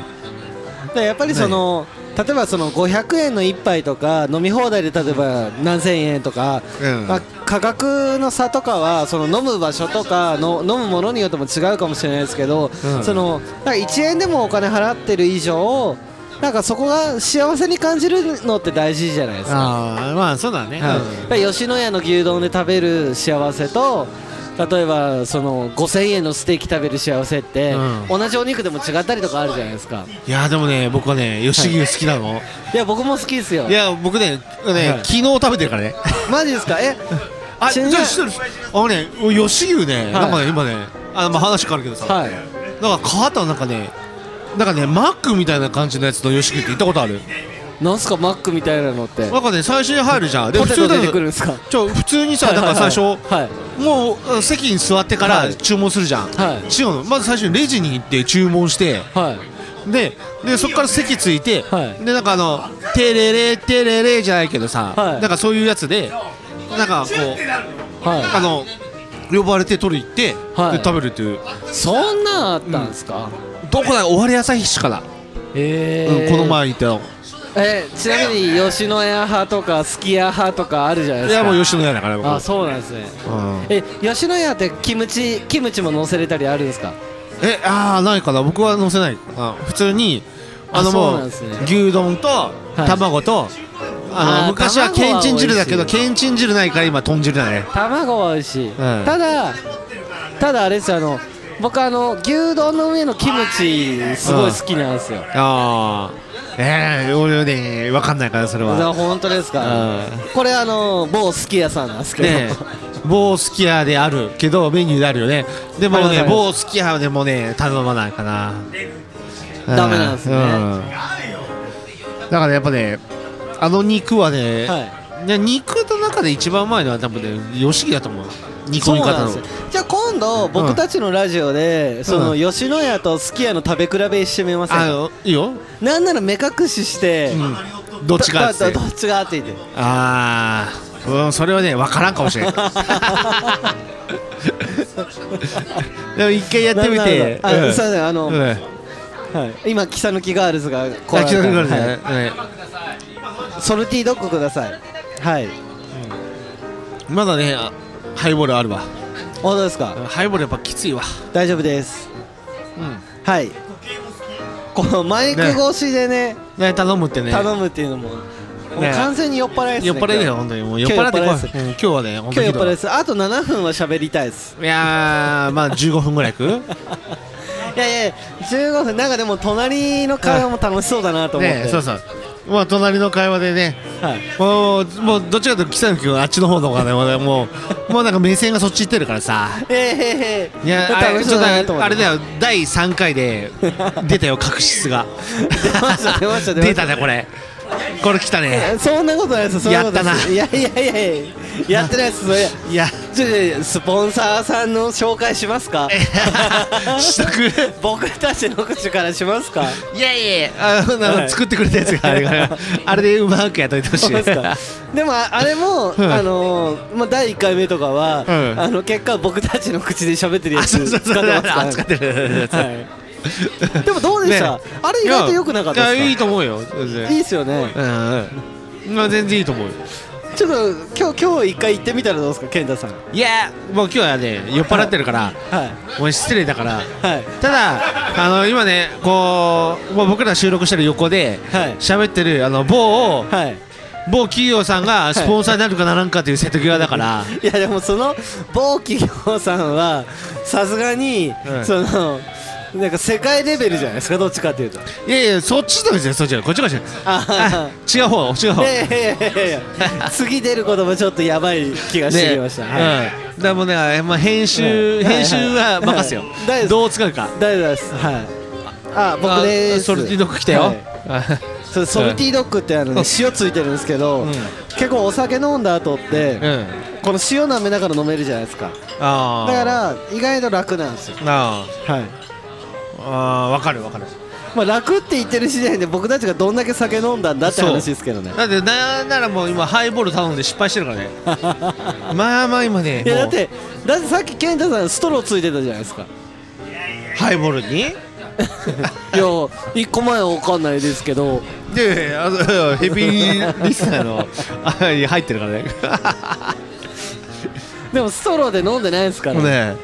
Speaker 2: でやっぱりその、例えばその500円の1杯とか飲み放題で例えば何千円とか、
Speaker 3: うん
Speaker 2: まあ、価格の差とかはその飲む場所とかの飲むものによっても違うかもしれないですけど、
Speaker 3: うん
Speaker 2: そのなんか1円でもお金払ってる以上なんかそこが幸せに感じるのって大事じゃないですか。
Speaker 3: ああまあそうだね、
Speaker 2: はいだから吉野家の牛丼で食べる幸せと例えばその5000円のステーキ食べる幸せって、
Speaker 3: うん
Speaker 2: 同じお肉でも違ったりとかあるじゃないですか
Speaker 3: いやでもね僕はね吉牛好きなの、
Speaker 2: いや僕も好きですよ
Speaker 3: い、や僕ねね、
Speaker 2: はい
Speaker 3: 昨日食べてるからね
Speaker 2: マジですかえ
Speaker 3: あ
Speaker 2: ち
Speaker 3: じ
Speaker 2: な
Speaker 3: ゃ
Speaker 2: み
Speaker 3: あ
Speaker 2: に
Speaker 3: 知ってるあのね吉牛ね、なんかね今ねあまあ話変わるけどさ、
Speaker 2: はい
Speaker 3: なんか変わったのなんかねなんかねマックみたいな感じのやつの吉牛って行ったことある
Speaker 2: なんすかマックみたいなのって
Speaker 3: なんかね最初に入るじゃんで
Speaker 2: ポテト
Speaker 3: だ
Speaker 2: 出
Speaker 3: と
Speaker 2: てくるんですか
Speaker 3: ちょ普通にさだから最初、
Speaker 2: はい
Speaker 3: もう席に座ってか
Speaker 2: は
Speaker 3: ら
Speaker 2: い
Speaker 3: 注文するじゃん、
Speaker 2: はい
Speaker 3: 違うのまず最初にレジに行って注文して
Speaker 2: はい
Speaker 3: ででそこから席ついて、
Speaker 2: はい
Speaker 3: でなんかあの「テレレテレレ」じゃないけどさ、
Speaker 2: はい
Speaker 3: なんかそういうやつでなんかこうあ
Speaker 2: は
Speaker 3: の呼ばれて取り行って、
Speaker 2: はい
Speaker 3: で食べるっていう
Speaker 2: いそんなんあったんですか、
Speaker 3: どこだ終わり朝日市から、
Speaker 2: え
Speaker 3: うん、この前行ったの
Speaker 2: えちなみに吉野家派とかすき家派とかあるじゃない
Speaker 3: い
Speaker 2: です
Speaker 3: や
Speaker 2: か
Speaker 3: もう吉野家だから僕
Speaker 2: あそうなんですね
Speaker 3: うん
Speaker 2: え吉野家ってキムチキムチも乗せれたりあるんですか
Speaker 3: えああないかな僕は乗せないあ普通にあの
Speaker 2: あそう
Speaker 3: も
Speaker 2: なん
Speaker 3: う
Speaker 2: ですね
Speaker 3: 牛丼と
Speaker 2: い
Speaker 3: 卵と、
Speaker 2: あ
Speaker 3: あ
Speaker 2: ー
Speaker 3: の昔はけんちん汁だけど
Speaker 2: 卵
Speaker 3: けんちん汁ないから今豚汁だね
Speaker 2: 卵は美味しい、
Speaker 3: ん
Speaker 2: ただただあれですよあの僕あの牛丼の上のキムチすごい好きなんですよ、
Speaker 3: ああええ俺ね分かんないからそれ
Speaker 2: あ
Speaker 3: は
Speaker 2: 本当ですか
Speaker 3: う
Speaker 2: これあの某すき家さんなんですけど、
Speaker 3: ね某すき家であるけどメニューであるよねでも
Speaker 2: あり
Speaker 3: ね
Speaker 2: ます
Speaker 3: 某すき家でもね頼まないかな
Speaker 2: ダメなんですね
Speaker 3: うんだからやっぱねあの肉はね、
Speaker 2: は
Speaker 3: ね肉の中で一番うまいのは多分ね吉木だと思う
Speaker 2: い、
Speaker 3: 煮込み方の
Speaker 2: そうなんですよじゃあ今度僕たちのラジオで、その吉野家とすき家の食べ比べしてみません
Speaker 3: あ
Speaker 2: か
Speaker 3: のいいよ、
Speaker 2: なんなら目隠しして、
Speaker 3: うん、どっちかっつ
Speaker 2: ど
Speaker 3: っ
Speaker 2: ど
Speaker 3: て
Speaker 2: っちがって言って
Speaker 3: ああ、うん、それはね分からんかも しれんでも一回やってみて
Speaker 2: ななるほどあ
Speaker 3: うん
Speaker 2: すいませんあの
Speaker 3: うん
Speaker 2: はい、今キサヌキガールズが来ら
Speaker 3: あ
Speaker 2: れ
Speaker 3: 気
Speaker 2: た
Speaker 3: が
Speaker 2: んで
Speaker 3: 抜かれて
Speaker 2: はい
Speaker 3: ねはい
Speaker 2: ソルティドッグくださいはい
Speaker 3: まだねあハイボールあるわ
Speaker 2: 本当ですか
Speaker 3: ハイボールやっぱきついわ
Speaker 2: 大丈夫です
Speaker 3: うん
Speaker 2: はいこのマイク越しでね
Speaker 3: ね頼むってね
Speaker 2: 頼むっていうのももう完全に酔っ払いですね
Speaker 3: 酔っ払いだよ本当にもう酔っ払ってこい
Speaker 2: 今日酔っ払いです
Speaker 3: うん今日はね本
Speaker 2: 今日
Speaker 3: 当
Speaker 2: 今日
Speaker 3: に
Speaker 2: 酔っ 払い
Speaker 3: ひど
Speaker 2: で
Speaker 3: い
Speaker 2: すあと7分は喋りたいです
Speaker 3: いやーまあ15分ぐらいいく
Speaker 2: いやいや15分なんかでも隣の会話も楽しそうだなと思って、
Speaker 3: ねそうそうまあ隣の会話でね
Speaker 2: はい
Speaker 3: もうもうどっちかというと北野君あっちの方の方がねもうも うもうなんか目線がそっち行ってるからさ
Speaker 2: えええ
Speaker 3: いやあれ
Speaker 2: 楽し
Speaker 3: ち
Speaker 2: そ
Speaker 3: ょ
Speaker 2: う
Speaker 3: っ
Speaker 2: だなと
Speaker 3: と
Speaker 2: 思って
Speaker 3: あれだよ第3回で出たよ確執が
Speaker 2: 出ました出ました出ました
Speaker 3: 出たねこれこれ来たね
Speaker 2: そんなことないですそんなこといです
Speaker 3: や
Speaker 2: いやいやいやいややってないですそれ
Speaker 3: いや
Speaker 2: ちょちょスポンサーさんの紹介しますか
Speaker 3: しとく
Speaker 2: 僕たちの口からしますか
Speaker 3: いやいやあの、
Speaker 2: はい
Speaker 3: 作ってくれたやつがあれがあれでうまくやっといてほし
Speaker 2: そう
Speaker 3: い
Speaker 2: ですかでもああれも、
Speaker 3: ん
Speaker 2: あのーまあ、第1回目とかは、
Speaker 3: うん
Speaker 2: あの結果僕たちの口で喋ってるや
Speaker 3: あ
Speaker 2: つ
Speaker 3: そ
Speaker 2: 使
Speaker 3: うそう
Speaker 2: って
Speaker 3: そう
Speaker 2: ま
Speaker 3: あ
Speaker 2: す
Speaker 3: 使っ
Speaker 2: か
Speaker 3: てるやつ、
Speaker 2: ら、はい、でもどうでした、
Speaker 3: ね
Speaker 2: あれ意外と良くなかった
Speaker 3: いやいやい
Speaker 2: で
Speaker 3: い
Speaker 2: す
Speaker 3: と思うよ全
Speaker 2: かいい
Speaker 3: 然
Speaker 2: っすよね
Speaker 3: うんうんまあ全然いいと思うよ
Speaker 2: ちょっと今日今日一回行ってみたらどうですか健太さん
Speaker 3: いやもう今日はね酔っ払ってるから
Speaker 2: はい
Speaker 3: もう失礼だから
Speaker 2: はい
Speaker 3: ただあの今ねこうもう僕ら収録してる横で
Speaker 2: はい
Speaker 3: 喋ってるあの某を
Speaker 2: はい
Speaker 3: 某企業さんがスポンサーになるかならんかっていう瀬戸際だから
Speaker 2: いやでもその某企業さんはさすがに、
Speaker 3: うん
Speaker 2: そのなんか世界レベルじゃないですかどっちかっていうと
Speaker 3: いやいやそっちのですよそっちのこっちのこっちの
Speaker 2: あ
Speaker 3: 違う方違う
Speaker 2: あ
Speaker 3: 方
Speaker 2: いやいやいやいやいや次出ることもちょっとやばい気がしてきました、はい
Speaker 3: うん、だからもうね、まあ、編集、
Speaker 2: はい
Speaker 3: 編集は任せよ、
Speaker 2: はい大丈夫
Speaker 3: どう使うか
Speaker 2: 大丈夫ですはいあ僕で
Speaker 3: あ
Speaker 2: す
Speaker 3: ソルティドッグ来たよ、
Speaker 2: はいそうソルティドッグってあの、ね、塩ついてるんですけど、
Speaker 3: うん
Speaker 2: 結構お酒飲んだ後って、
Speaker 3: うん
Speaker 2: この塩舐めながら飲めるじゃないですか
Speaker 3: あ
Speaker 2: だ
Speaker 3: ー
Speaker 2: から意外と楽なんですよ
Speaker 3: あ
Speaker 2: はい
Speaker 3: ーあーわかるわかる
Speaker 2: まあ楽って言ってる時点で僕たちがどんだけ酒飲んだんだって
Speaker 3: そう
Speaker 2: 話ですけどね
Speaker 3: だってなんならもう今ハイボール頼んで失敗してるからねまあまあ今ね
Speaker 2: いやだっ
Speaker 3: もう
Speaker 2: てだってさっき健太さんストローついてたじゃないですか
Speaker 3: ハイボールに
Speaker 2: いや一個前は分かんないですけど
Speaker 3: であの ヘビーリスナーの あに入ってるからね
Speaker 2: でもストローで飲んでないですから
Speaker 3: もうね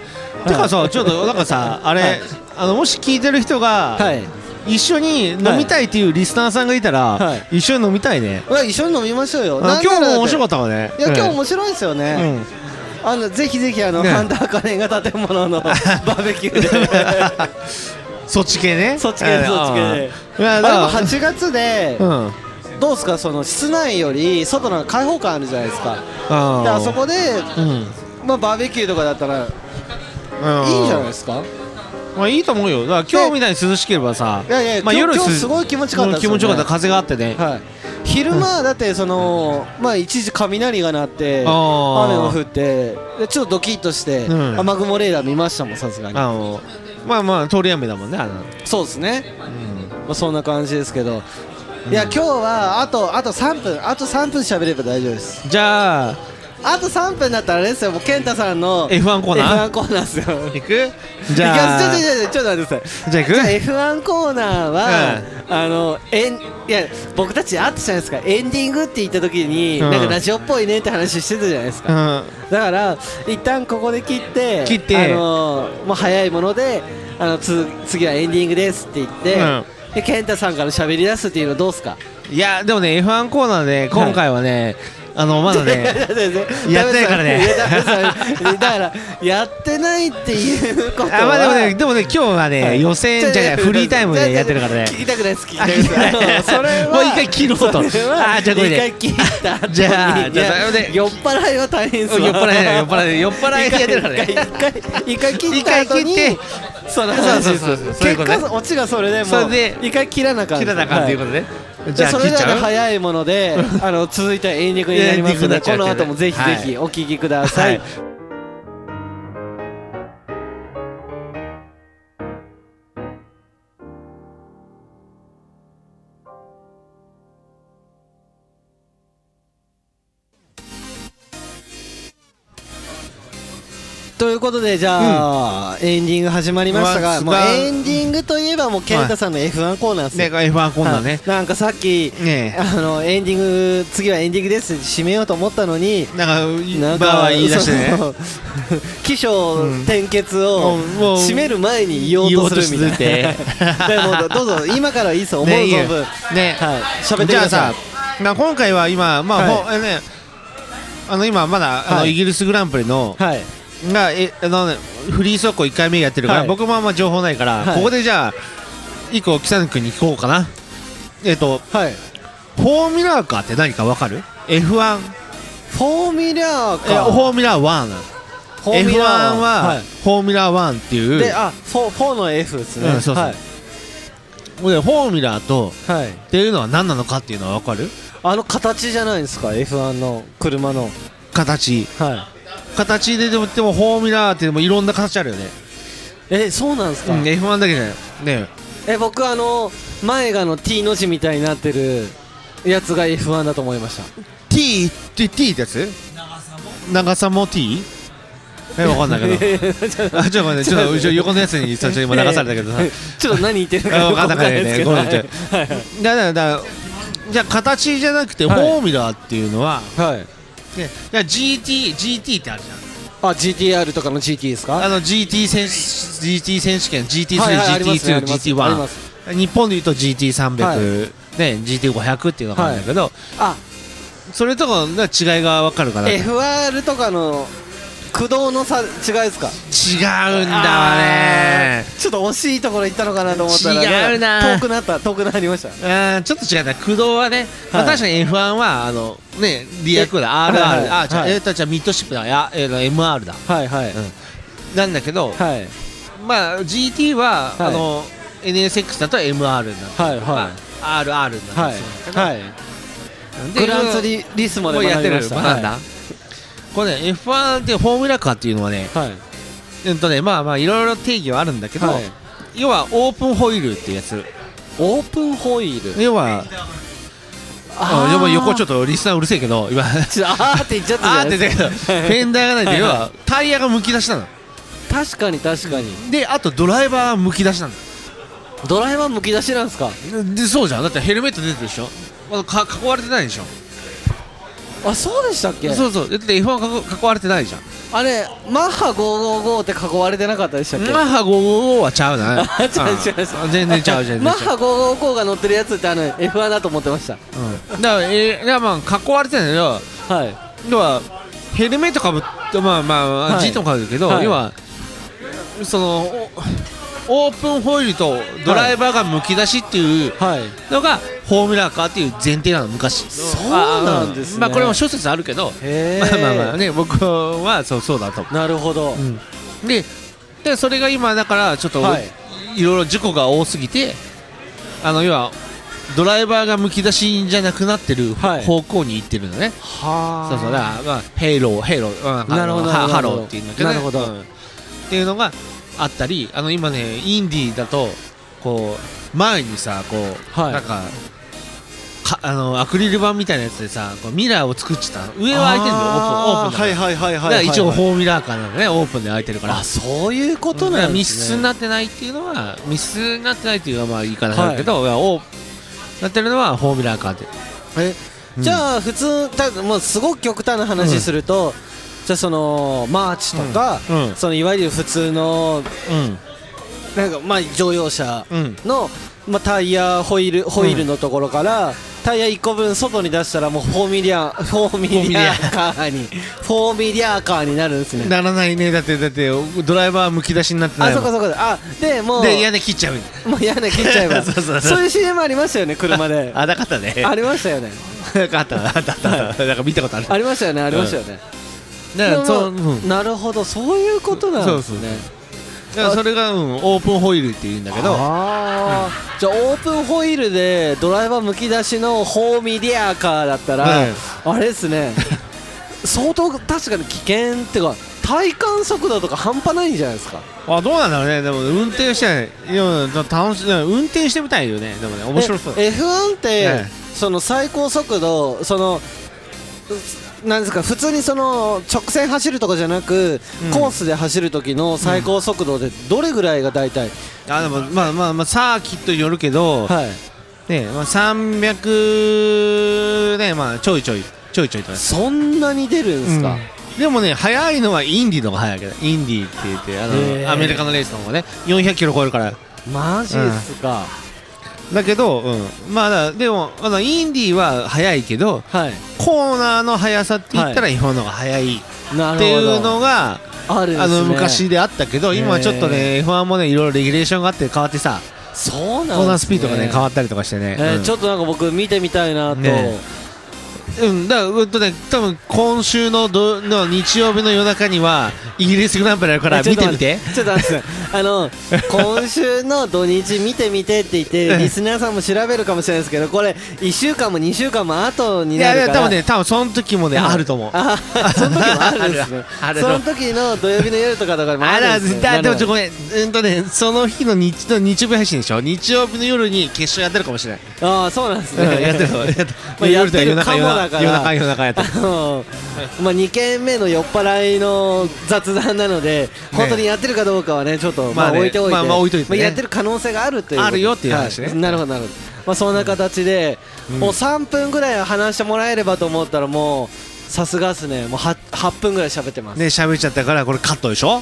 Speaker 3: てかさちょっとなんかさあれ、
Speaker 2: はい
Speaker 3: あのもし聞いてる人が、
Speaker 2: はい
Speaker 3: 一緒に飲みたいっていうリスナーさんがいたら、
Speaker 2: は
Speaker 3: 一緒に飲みたいね、
Speaker 2: うわ一緒に飲みましょうよ
Speaker 3: あ今日も面白か
Speaker 2: っ
Speaker 3: ったわね
Speaker 2: いや今日面白いですよね、
Speaker 3: うんうん
Speaker 2: あのぜひぜひあの、
Speaker 3: ね
Speaker 2: ハンター金が建物 のバーベキューで
Speaker 3: そっち系ね
Speaker 2: そっち系
Speaker 3: うん
Speaker 2: そっち系
Speaker 3: いや
Speaker 2: あ
Speaker 3: だ
Speaker 2: でも
Speaker 3: から
Speaker 2: 8月で、
Speaker 3: うんうん
Speaker 2: どうですかその室内より外の開放感あるじゃないですかであそこで、
Speaker 3: うんい
Speaker 2: まあ、バーベキューとかだったらいいんじゃないですか
Speaker 3: まあいいと思うよだから今日みたいに涼しければさ
Speaker 2: いやいや
Speaker 3: ま
Speaker 2: 今
Speaker 3: あ
Speaker 2: 日
Speaker 3: 夜
Speaker 2: 今日すごい気持ちよかったですよね
Speaker 3: 気持ちよかった風があってね
Speaker 2: はい昼間だってその、まあ一時雷が鳴って雨
Speaker 3: あー
Speaker 2: が降ってでちょっとドキッとして、
Speaker 3: うん
Speaker 2: 雨雲レーダー見ましたもんさすがに
Speaker 3: あのまあまあ通り雨だもんねあの
Speaker 2: そうですね、
Speaker 3: うん
Speaker 2: まあ、そんな感じですけど、いや今日はあとあと3分あと3分喋れば大丈夫です
Speaker 3: じゃあ
Speaker 2: あと3分だったらあれですよもう健太さんの
Speaker 3: F1 コーナ
Speaker 2: F1
Speaker 3: ー
Speaker 2: コーナーですよ
Speaker 3: 行くじゃあ
Speaker 2: いやちょちょちょちょちょっと待ってください
Speaker 3: じゃあ行く
Speaker 2: じゃあ F1 コーナーは、あのエンいや僕たちあったじゃないですかエンディングって言った時に、
Speaker 3: うん
Speaker 2: なんかラジオっぽいねって話してたじゃないですか、だから一旦ここで切って
Speaker 3: 切って
Speaker 2: あのーもう早いものであのつ次はエンディングですって言って、
Speaker 3: うん
Speaker 2: で健太さんから喋り出すっていうのどうすか
Speaker 3: うんいやでもね F1 コーナーで今回はねあのまだ ねやってないからね
Speaker 2: やだからやってないっていうことは
Speaker 3: あまあでもねでもね今日は
Speaker 2: は
Speaker 3: ね
Speaker 2: い
Speaker 3: 予選じゃないフリータイムでやってるからね
Speaker 2: 聞きたくないです聞きた
Speaker 3: あ
Speaker 2: くないで
Speaker 3: 聞いて
Speaker 2: す あのそれは
Speaker 3: もう一回切ろうと。あ
Speaker 2: それは
Speaker 3: ーじゃあこれ
Speaker 2: 一回
Speaker 3: で。
Speaker 2: 切った後に
Speaker 3: じゃあじゃあ
Speaker 2: いや
Speaker 3: それで
Speaker 2: 酔っ払いは大変
Speaker 3: 酔
Speaker 2: そ
Speaker 3: っ
Speaker 2: う
Speaker 3: 払い酔っ払い酔っ払いでやってるから
Speaker 2: 一
Speaker 3: ね。
Speaker 2: 回一回切った後に
Speaker 3: 一回切って
Speaker 2: その話です
Speaker 3: そうそうそうそうい
Speaker 2: 結
Speaker 3: うことね
Speaker 2: 果オチがそれでも
Speaker 3: そうれで
Speaker 2: 一回切らなかった
Speaker 3: 切らなかったということね。じ
Speaker 2: じ
Speaker 3: ゃ
Speaker 2: ゃあ
Speaker 3: あ
Speaker 2: そ
Speaker 3: 切
Speaker 2: れ
Speaker 3: っち
Speaker 2: なら
Speaker 3: ゃう。
Speaker 2: 早いもの であの続いてはエンディングになりますの
Speaker 3: エンディングにな
Speaker 2: で
Speaker 3: っち
Speaker 2: こ
Speaker 3: ゃうけど
Speaker 2: の
Speaker 3: ね
Speaker 2: 後もぜひぜひお聞きください
Speaker 3: は
Speaker 2: ということでじゃあ、エンディング始まりましたが、
Speaker 3: ま
Speaker 2: も
Speaker 3: あ
Speaker 2: う
Speaker 3: まあ
Speaker 2: エンディングといえばもう健太さんの F1 コーナーですよ
Speaker 3: ね F1 コーナーね
Speaker 2: はい。 なんかさっき、
Speaker 3: ね
Speaker 2: あのエンディング次はエンディングですって締めようと思ったのに
Speaker 3: な
Speaker 2: なんん
Speaker 3: か
Speaker 2: か
Speaker 3: バーは言い出してね。
Speaker 2: そう 起承転結
Speaker 3: う
Speaker 2: を
Speaker 3: んもう
Speaker 2: 締める前に言おうとするみたい
Speaker 3: 言おうとして
Speaker 2: なでもどうぞ今からいいですよ思う
Speaker 3: ねいいよ
Speaker 2: 存分
Speaker 3: ね
Speaker 2: はい喋ってく
Speaker 3: じゃあ
Speaker 2: ださ
Speaker 3: さ
Speaker 2: い
Speaker 3: な今回は今、まあ
Speaker 2: はい
Speaker 3: ほあのね、あの今まだあの、
Speaker 2: はい
Speaker 3: イギリスグランプリの、
Speaker 2: はい
Speaker 3: がえあのねフリー走行1回目やってるから、
Speaker 2: はい
Speaker 3: 僕もあんま情報ないから、
Speaker 2: はい
Speaker 3: ここでじゃあ一個北野君に聞こうかなえっ、と
Speaker 2: はい
Speaker 3: フォーミュラーカーって何かわかる F1
Speaker 2: フォーミュラー
Speaker 3: えフ
Speaker 2: か
Speaker 3: ォーミュラー1なの
Speaker 2: フ
Speaker 3: F1
Speaker 2: ミュラー
Speaker 3: は、
Speaker 2: はい
Speaker 3: フォーミュラー1っていう
Speaker 2: であフォーフォーの F ですね、
Speaker 3: うんそうそう
Speaker 2: はい、
Speaker 3: でフォーミュラーと
Speaker 2: はい、
Speaker 3: っていうのは何なのかっていうのはわかる
Speaker 2: あの形じゃないですか F1 の車の
Speaker 3: 形
Speaker 2: はい
Speaker 3: 形ででもでもフォーミュラーってでもいろんな形あるよね、
Speaker 2: えそうなんです
Speaker 3: う
Speaker 2: か、
Speaker 3: ん、F1 だけじゃないね
Speaker 2: え僕あの前がの T の字みたいになってるやつが F1 だと思いました
Speaker 3: T って T ってやつ長さも T? えわかんないけど あちょっとごめんねちょっとうちの横のやつに最初今流されたけど
Speaker 2: い
Speaker 3: さ
Speaker 2: やいや ちょっと何言ってるか
Speaker 3: あ
Speaker 2: よ
Speaker 3: わ
Speaker 2: く
Speaker 3: か
Speaker 2: わ
Speaker 3: ん
Speaker 2: か
Speaker 3: なん
Speaker 2: な
Speaker 3: か
Speaker 2: い
Speaker 3: っ
Speaker 2: です
Speaker 3: た
Speaker 2: け
Speaker 3: よね
Speaker 2: ど
Speaker 3: ご
Speaker 2: は
Speaker 3: め
Speaker 2: い
Speaker 3: んねだからだからじゃあ形じゃなくてフ
Speaker 2: はい
Speaker 3: ォーミュラーっていうのは、
Speaker 2: はい
Speaker 3: ねじゃあ GT, GT ってあるじゃん
Speaker 2: あ GTR とかの GT です
Speaker 3: あ
Speaker 2: か
Speaker 3: の GT 選 GT 選手権 GT3、
Speaker 2: はいはいありますねあります
Speaker 3: GT2、
Speaker 2: あります
Speaker 3: GT1 日本でいうと GT300、
Speaker 2: はい
Speaker 3: ね、GT500 っていうのがあるんだけど、
Speaker 2: あ
Speaker 3: それとかの違いが分かるから違
Speaker 2: FR とかの駆動の差違いですか
Speaker 3: うんだわ
Speaker 2: あ
Speaker 3: ね
Speaker 2: ーちょっと惜しいところ行ったのかなと思ったら、ね、
Speaker 3: 違うな
Speaker 2: 遠くなった遠くなりました
Speaker 3: あーちょっと違うな駆動はね、まあ、
Speaker 2: はい
Speaker 3: 確かに F1 はあのねリアクーダー RR、
Speaker 2: はいはい
Speaker 3: あじゃあ、
Speaker 2: はい
Speaker 3: えーとじゃあミッドシップだいや、えーと MR だ
Speaker 2: はいはい、
Speaker 3: なんだけど、
Speaker 2: はい
Speaker 3: まあ GT は、
Speaker 2: はい
Speaker 3: あの NSX だと MR になる、
Speaker 2: はいは
Speaker 3: まあ RR にな
Speaker 2: は
Speaker 3: る
Speaker 2: い
Speaker 3: んですよ
Speaker 2: はい
Speaker 3: で
Speaker 2: グランツリリスまで
Speaker 3: もうや
Speaker 2: 学び
Speaker 3: って
Speaker 2: ま
Speaker 3: る
Speaker 2: した
Speaker 3: 学んだ、これね F1 ってフォーミュラカーっていうのはね
Speaker 2: はい
Speaker 3: うんとねまあまあいろいろ定義はあるんだけど、
Speaker 2: はい
Speaker 3: 要はオープンホイールっていうやつ
Speaker 2: オープンホイール
Speaker 3: 要は
Speaker 2: ー
Speaker 3: でも横ちょっとリスナーうるせえけど今
Speaker 2: ちょっとあーって言っちゃったじゃな
Speaker 3: あー っ
Speaker 2: い
Speaker 3: て
Speaker 2: で
Speaker 3: 言っ
Speaker 2: す
Speaker 3: たけど
Speaker 2: か
Speaker 3: フェンダーがない
Speaker 2: は
Speaker 3: で
Speaker 2: い
Speaker 3: 要
Speaker 2: はい
Speaker 3: はタイヤがむき出しなの
Speaker 2: 確かに確かに
Speaker 3: であとドライバーむき出しな
Speaker 2: ドライバーむき出しなんですか
Speaker 3: のでそうじゃんだってヘルメット出てるでしょまだか囲われてないでしょ
Speaker 2: あそうでしたっけ
Speaker 3: そうそうだって F1 囲囲われてないじゃん
Speaker 2: あれマッハ555って囲われてなかったでしたっけ
Speaker 3: マッハ555はち ゃうな
Speaker 2: あ違う違う違う
Speaker 3: うん全然ちゃう全然ちゃう
Speaker 2: マッハ555が乗ってるやつってあの F1 だと思ってました
Speaker 3: うんだから、えーいやまあ囲われてないんだけど
Speaker 2: はい
Speaker 3: 要はヘルメットかぶってまあまあ、まあ
Speaker 2: はい
Speaker 3: ジートもかぶるけど、
Speaker 2: はい
Speaker 3: 要はそのおオープンホイールとドライバーがむき出しっていう
Speaker 2: はい
Speaker 3: のがフォーミュラーカーっていう前提なの昔
Speaker 2: そうなんですね
Speaker 3: あうんまあこれも諸説あるけど
Speaker 2: へ
Speaker 3: まあ
Speaker 2: ー
Speaker 3: まあまあね僕はそうそうだと、
Speaker 2: なるほど
Speaker 3: ででそれが今だからちょっと、
Speaker 2: はい
Speaker 3: い、ろいろ事故が多すぎてあの要はドライバーがむき出しじゃなくなってる
Speaker 2: はい
Speaker 3: 方向に行ってるのね、
Speaker 2: は
Speaker 3: そうそうだから、まあ、ヘイローヘイロー、うん、
Speaker 2: なるほど
Speaker 3: あのハ
Speaker 2: な
Speaker 3: ハ
Speaker 2: るほど
Speaker 3: ローっていうんだけど、
Speaker 2: なるほど
Speaker 3: うんっていうのがあったりあの今ねインディーだとこう前にさこう、
Speaker 2: はい
Speaker 3: なんかかあのアクリル板みたいなやつでさこうミラーを作っちゃったの上は開いてるのオープンオープンだか
Speaker 2: は
Speaker 3: ら、
Speaker 2: いはいはい
Speaker 3: だ
Speaker 2: は
Speaker 3: から
Speaker 2: い
Speaker 3: 一応ホームミラーカーなのねオープンで開いてるから
Speaker 2: あそういうこと
Speaker 3: だか
Speaker 2: な
Speaker 3: ら
Speaker 2: んで
Speaker 3: 密
Speaker 2: す
Speaker 3: 室
Speaker 2: ね
Speaker 3: になってないっていうのは密室になってないっていうのはまあ言い方だけど、いやオーなってるのはホームミラーカーで
Speaker 2: え
Speaker 3: うん
Speaker 2: じゃあ普通たもうすごく極端な話すると、じゃあそのマーチとか、
Speaker 3: うんうん
Speaker 2: そのいわゆる普通のなんかまあ乗用車
Speaker 3: うんうん
Speaker 2: の、まあ、タイヤホイールホイールのところから、タイヤ1個分外に出したらもうフォーミュ ラーフォーミュラーカーにフォーミュラーカーになるんですね
Speaker 3: ならないねだってだってドライバーむき出しになってな
Speaker 2: あ
Speaker 3: いも
Speaker 2: そ
Speaker 3: ん
Speaker 2: こそこあでもう
Speaker 3: で屋根切っちゃう
Speaker 2: もう屋根切っちゃえば
Speaker 3: そうそうそう
Speaker 2: いう CM ありましたよね車で
Speaker 3: あなかったね
Speaker 2: ありましたよね
Speaker 3: なかったあったあったあったなんか見たことある
Speaker 2: ありましたよねありましたよね、
Speaker 3: だからそう、う
Speaker 2: でも
Speaker 3: ん、だ
Speaker 2: なるほどそういうことなんですね
Speaker 3: からそれが、うん、オープンホイールって言うんだけど
Speaker 2: あーじゃあオープンホイールでドライバーむき出しのホーミディアカーだったら、
Speaker 3: はい
Speaker 2: あれです ね相当確かに危険っていうか体感速度とか半端ないんじゃないですか
Speaker 3: あどうなんだろうねでも運転してないいや楽しい運転してみたいよねでもね面白そう
Speaker 2: え F1 って、
Speaker 3: ええ
Speaker 2: その最高速度そのうなんですか普通にその直線走るとかじゃなく、
Speaker 3: うん
Speaker 2: コースで走る時の最高速度でどれぐらいが大体、
Speaker 3: あでもまあまあまあサーキットによるけど、
Speaker 2: はい
Speaker 3: ねまあ、300ねまあちょいちょいちょいちょいとね
Speaker 2: そんなに出るんですか、
Speaker 3: でもね早いのはインディの方が早いけどインディって言ってあ
Speaker 2: へー
Speaker 3: のアメリカのレースの方がね400キロ超えるから
Speaker 2: マジっすか、
Speaker 3: だだけど、うん、まあだでもあのインディーは早いけど
Speaker 2: はい
Speaker 3: コーナーの速さって言ったら日本の方が速いっ
Speaker 2: なるほど
Speaker 3: ていうのが、
Speaker 2: あるんですね
Speaker 3: あの昔であったけど今はちょっとね F1 もねいろいろレギュレーションがあって変わってさ
Speaker 2: そうなんですね
Speaker 3: コーナースピードがね変わったりとかしてね、
Speaker 2: え
Speaker 3: う
Speaker 2: ー
Speaker 3: ん
Speaker 2: ちょっとなんか僕見てみたいなと、
Speaker 3: ねうん、だからうんとね多分今週のどの日曜日の夜中にはイギリスグランプリあるから
Speaker 2: えちょ
Speaker 3: 見
Speaker 2: っと
Speaker 3: て
Speaker 2: 待
Speaker 3: み
Speaker 2: ってちょっと待ってあ の今週の土日見てみてって言ってリスナーさんも調べるかもしれないですけどこれ1週間も2週間も後に
Speaker 3: い
Speaker 2: な
Speaker 3: やい
Speaker 2: る
Speaker 3: や
Speaker 2: から
Speaker 3: 多分ね多分その時もねあると思う
Speaker 2: あその時もあるんですね
Speaker 3: あるある
Speaker 2: その時の土曜日の夜とかだからも
Speaker 3: あ
Speaker 2: る
Speaker 3: ら
Speaker 2: んですね
Speaker 3: 絶対でもちょ
Speaker 2: なるほ
Speaker 3: ごめんうんとねその日の日の日曜日配信でしょ日曜日の夜に決勝やってるかもしれない
Speaker 2: どああそうなんです
Speaker 3: うん
Speaker 2: ね
Speaker 3: やってるやってる
Speaker 2: まあ やってるかも
Speaker 3: 夜
Speaker 2: だから
Speaker 3: とは夜中夜中夜中やってる
Speaker 2: あのまあ2軒目の酔っ払いの雑談なので本当にやってるかどうかはねちょっと
Speaker 3: ま
Speaker 2: ま
Speaker 3: あ
Speaker 2: あ
Speaker 3: ね
Speaker 2: 置いておいて
Speaker 3: まあまあ置いといてね
Speaker 2: まあやってる可能性があるという
Speaker 3: あるよっていう話ね
Speaker 2: はなるほどなるほどまあそんな形でもう3分ぐらいは話してもらえればと思ったらもうさすがっすねもう 8, 8分ぐらい喋ってます
Speaker 3: ね喋っちゃったからこれカットでしょ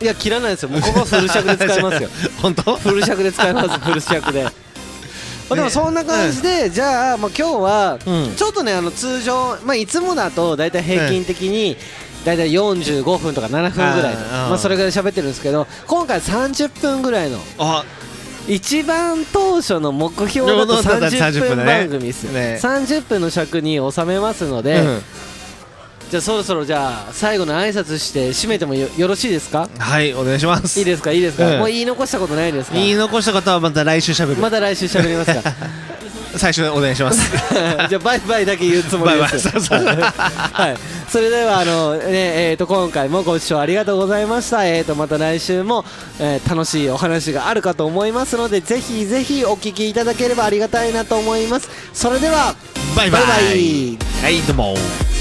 Speaker 2: いや切らないですよもうここフル尺で使い ますよ
Speaker 3: 本当
Speaker 2: フル尺で使い ますフル尺で。まあでもそんな感じで、じゃあ、まあ、今日は、
Speaker 3: うん
Speaker 2: ちょっとねあの通常、まあ、いつもだと大体平均的に、大体45分とか7分ぐらいの
Speaker 3: あーあー
Speaker 2: まあ、それぐらい喋ってるんですけど今回30分ぐらいの
Speaker 3: あ
Speaker 2: 一番当初の目標だと
Speaker 3: 世の中だと30
Speaker 2: 30
Speaker 3: 分だ
Speaker 2: 分
Speaker 3: ね
Speaker 2: 番組ですよ、
Speaker 3: ね
Speaker 2: 30分の尺に収めますので、じゃあそろそろじゃあ最後の挨拶して締めてもよよろしいですか
Speaker 3: うんはいお願いします
Speaker 2: いいですかいいですか、
Speaker 3: うん
Speaker 2: もう言い残したことないですか
Speaker 3: 言い残した方はまた来週喋る、
Speaker 2: また来週喋りますか
Speaker 3: 最初お願いします
Speaker 2: じゃあバイバイだけ言うつもりです
Speaker 3: バイバイそうそう
Speaker 2: はい、それではあの、ねえー、と今回もご視聴ありがとうございました、えー、とまた来週も、えー楽しいお話があるかと思いますのでぜひぜひお聞きいただければありがたいなと思いますそれでは
Speaker 3: バイバイ
Speaker 2: バイバイ
Speaker 3: はいどうも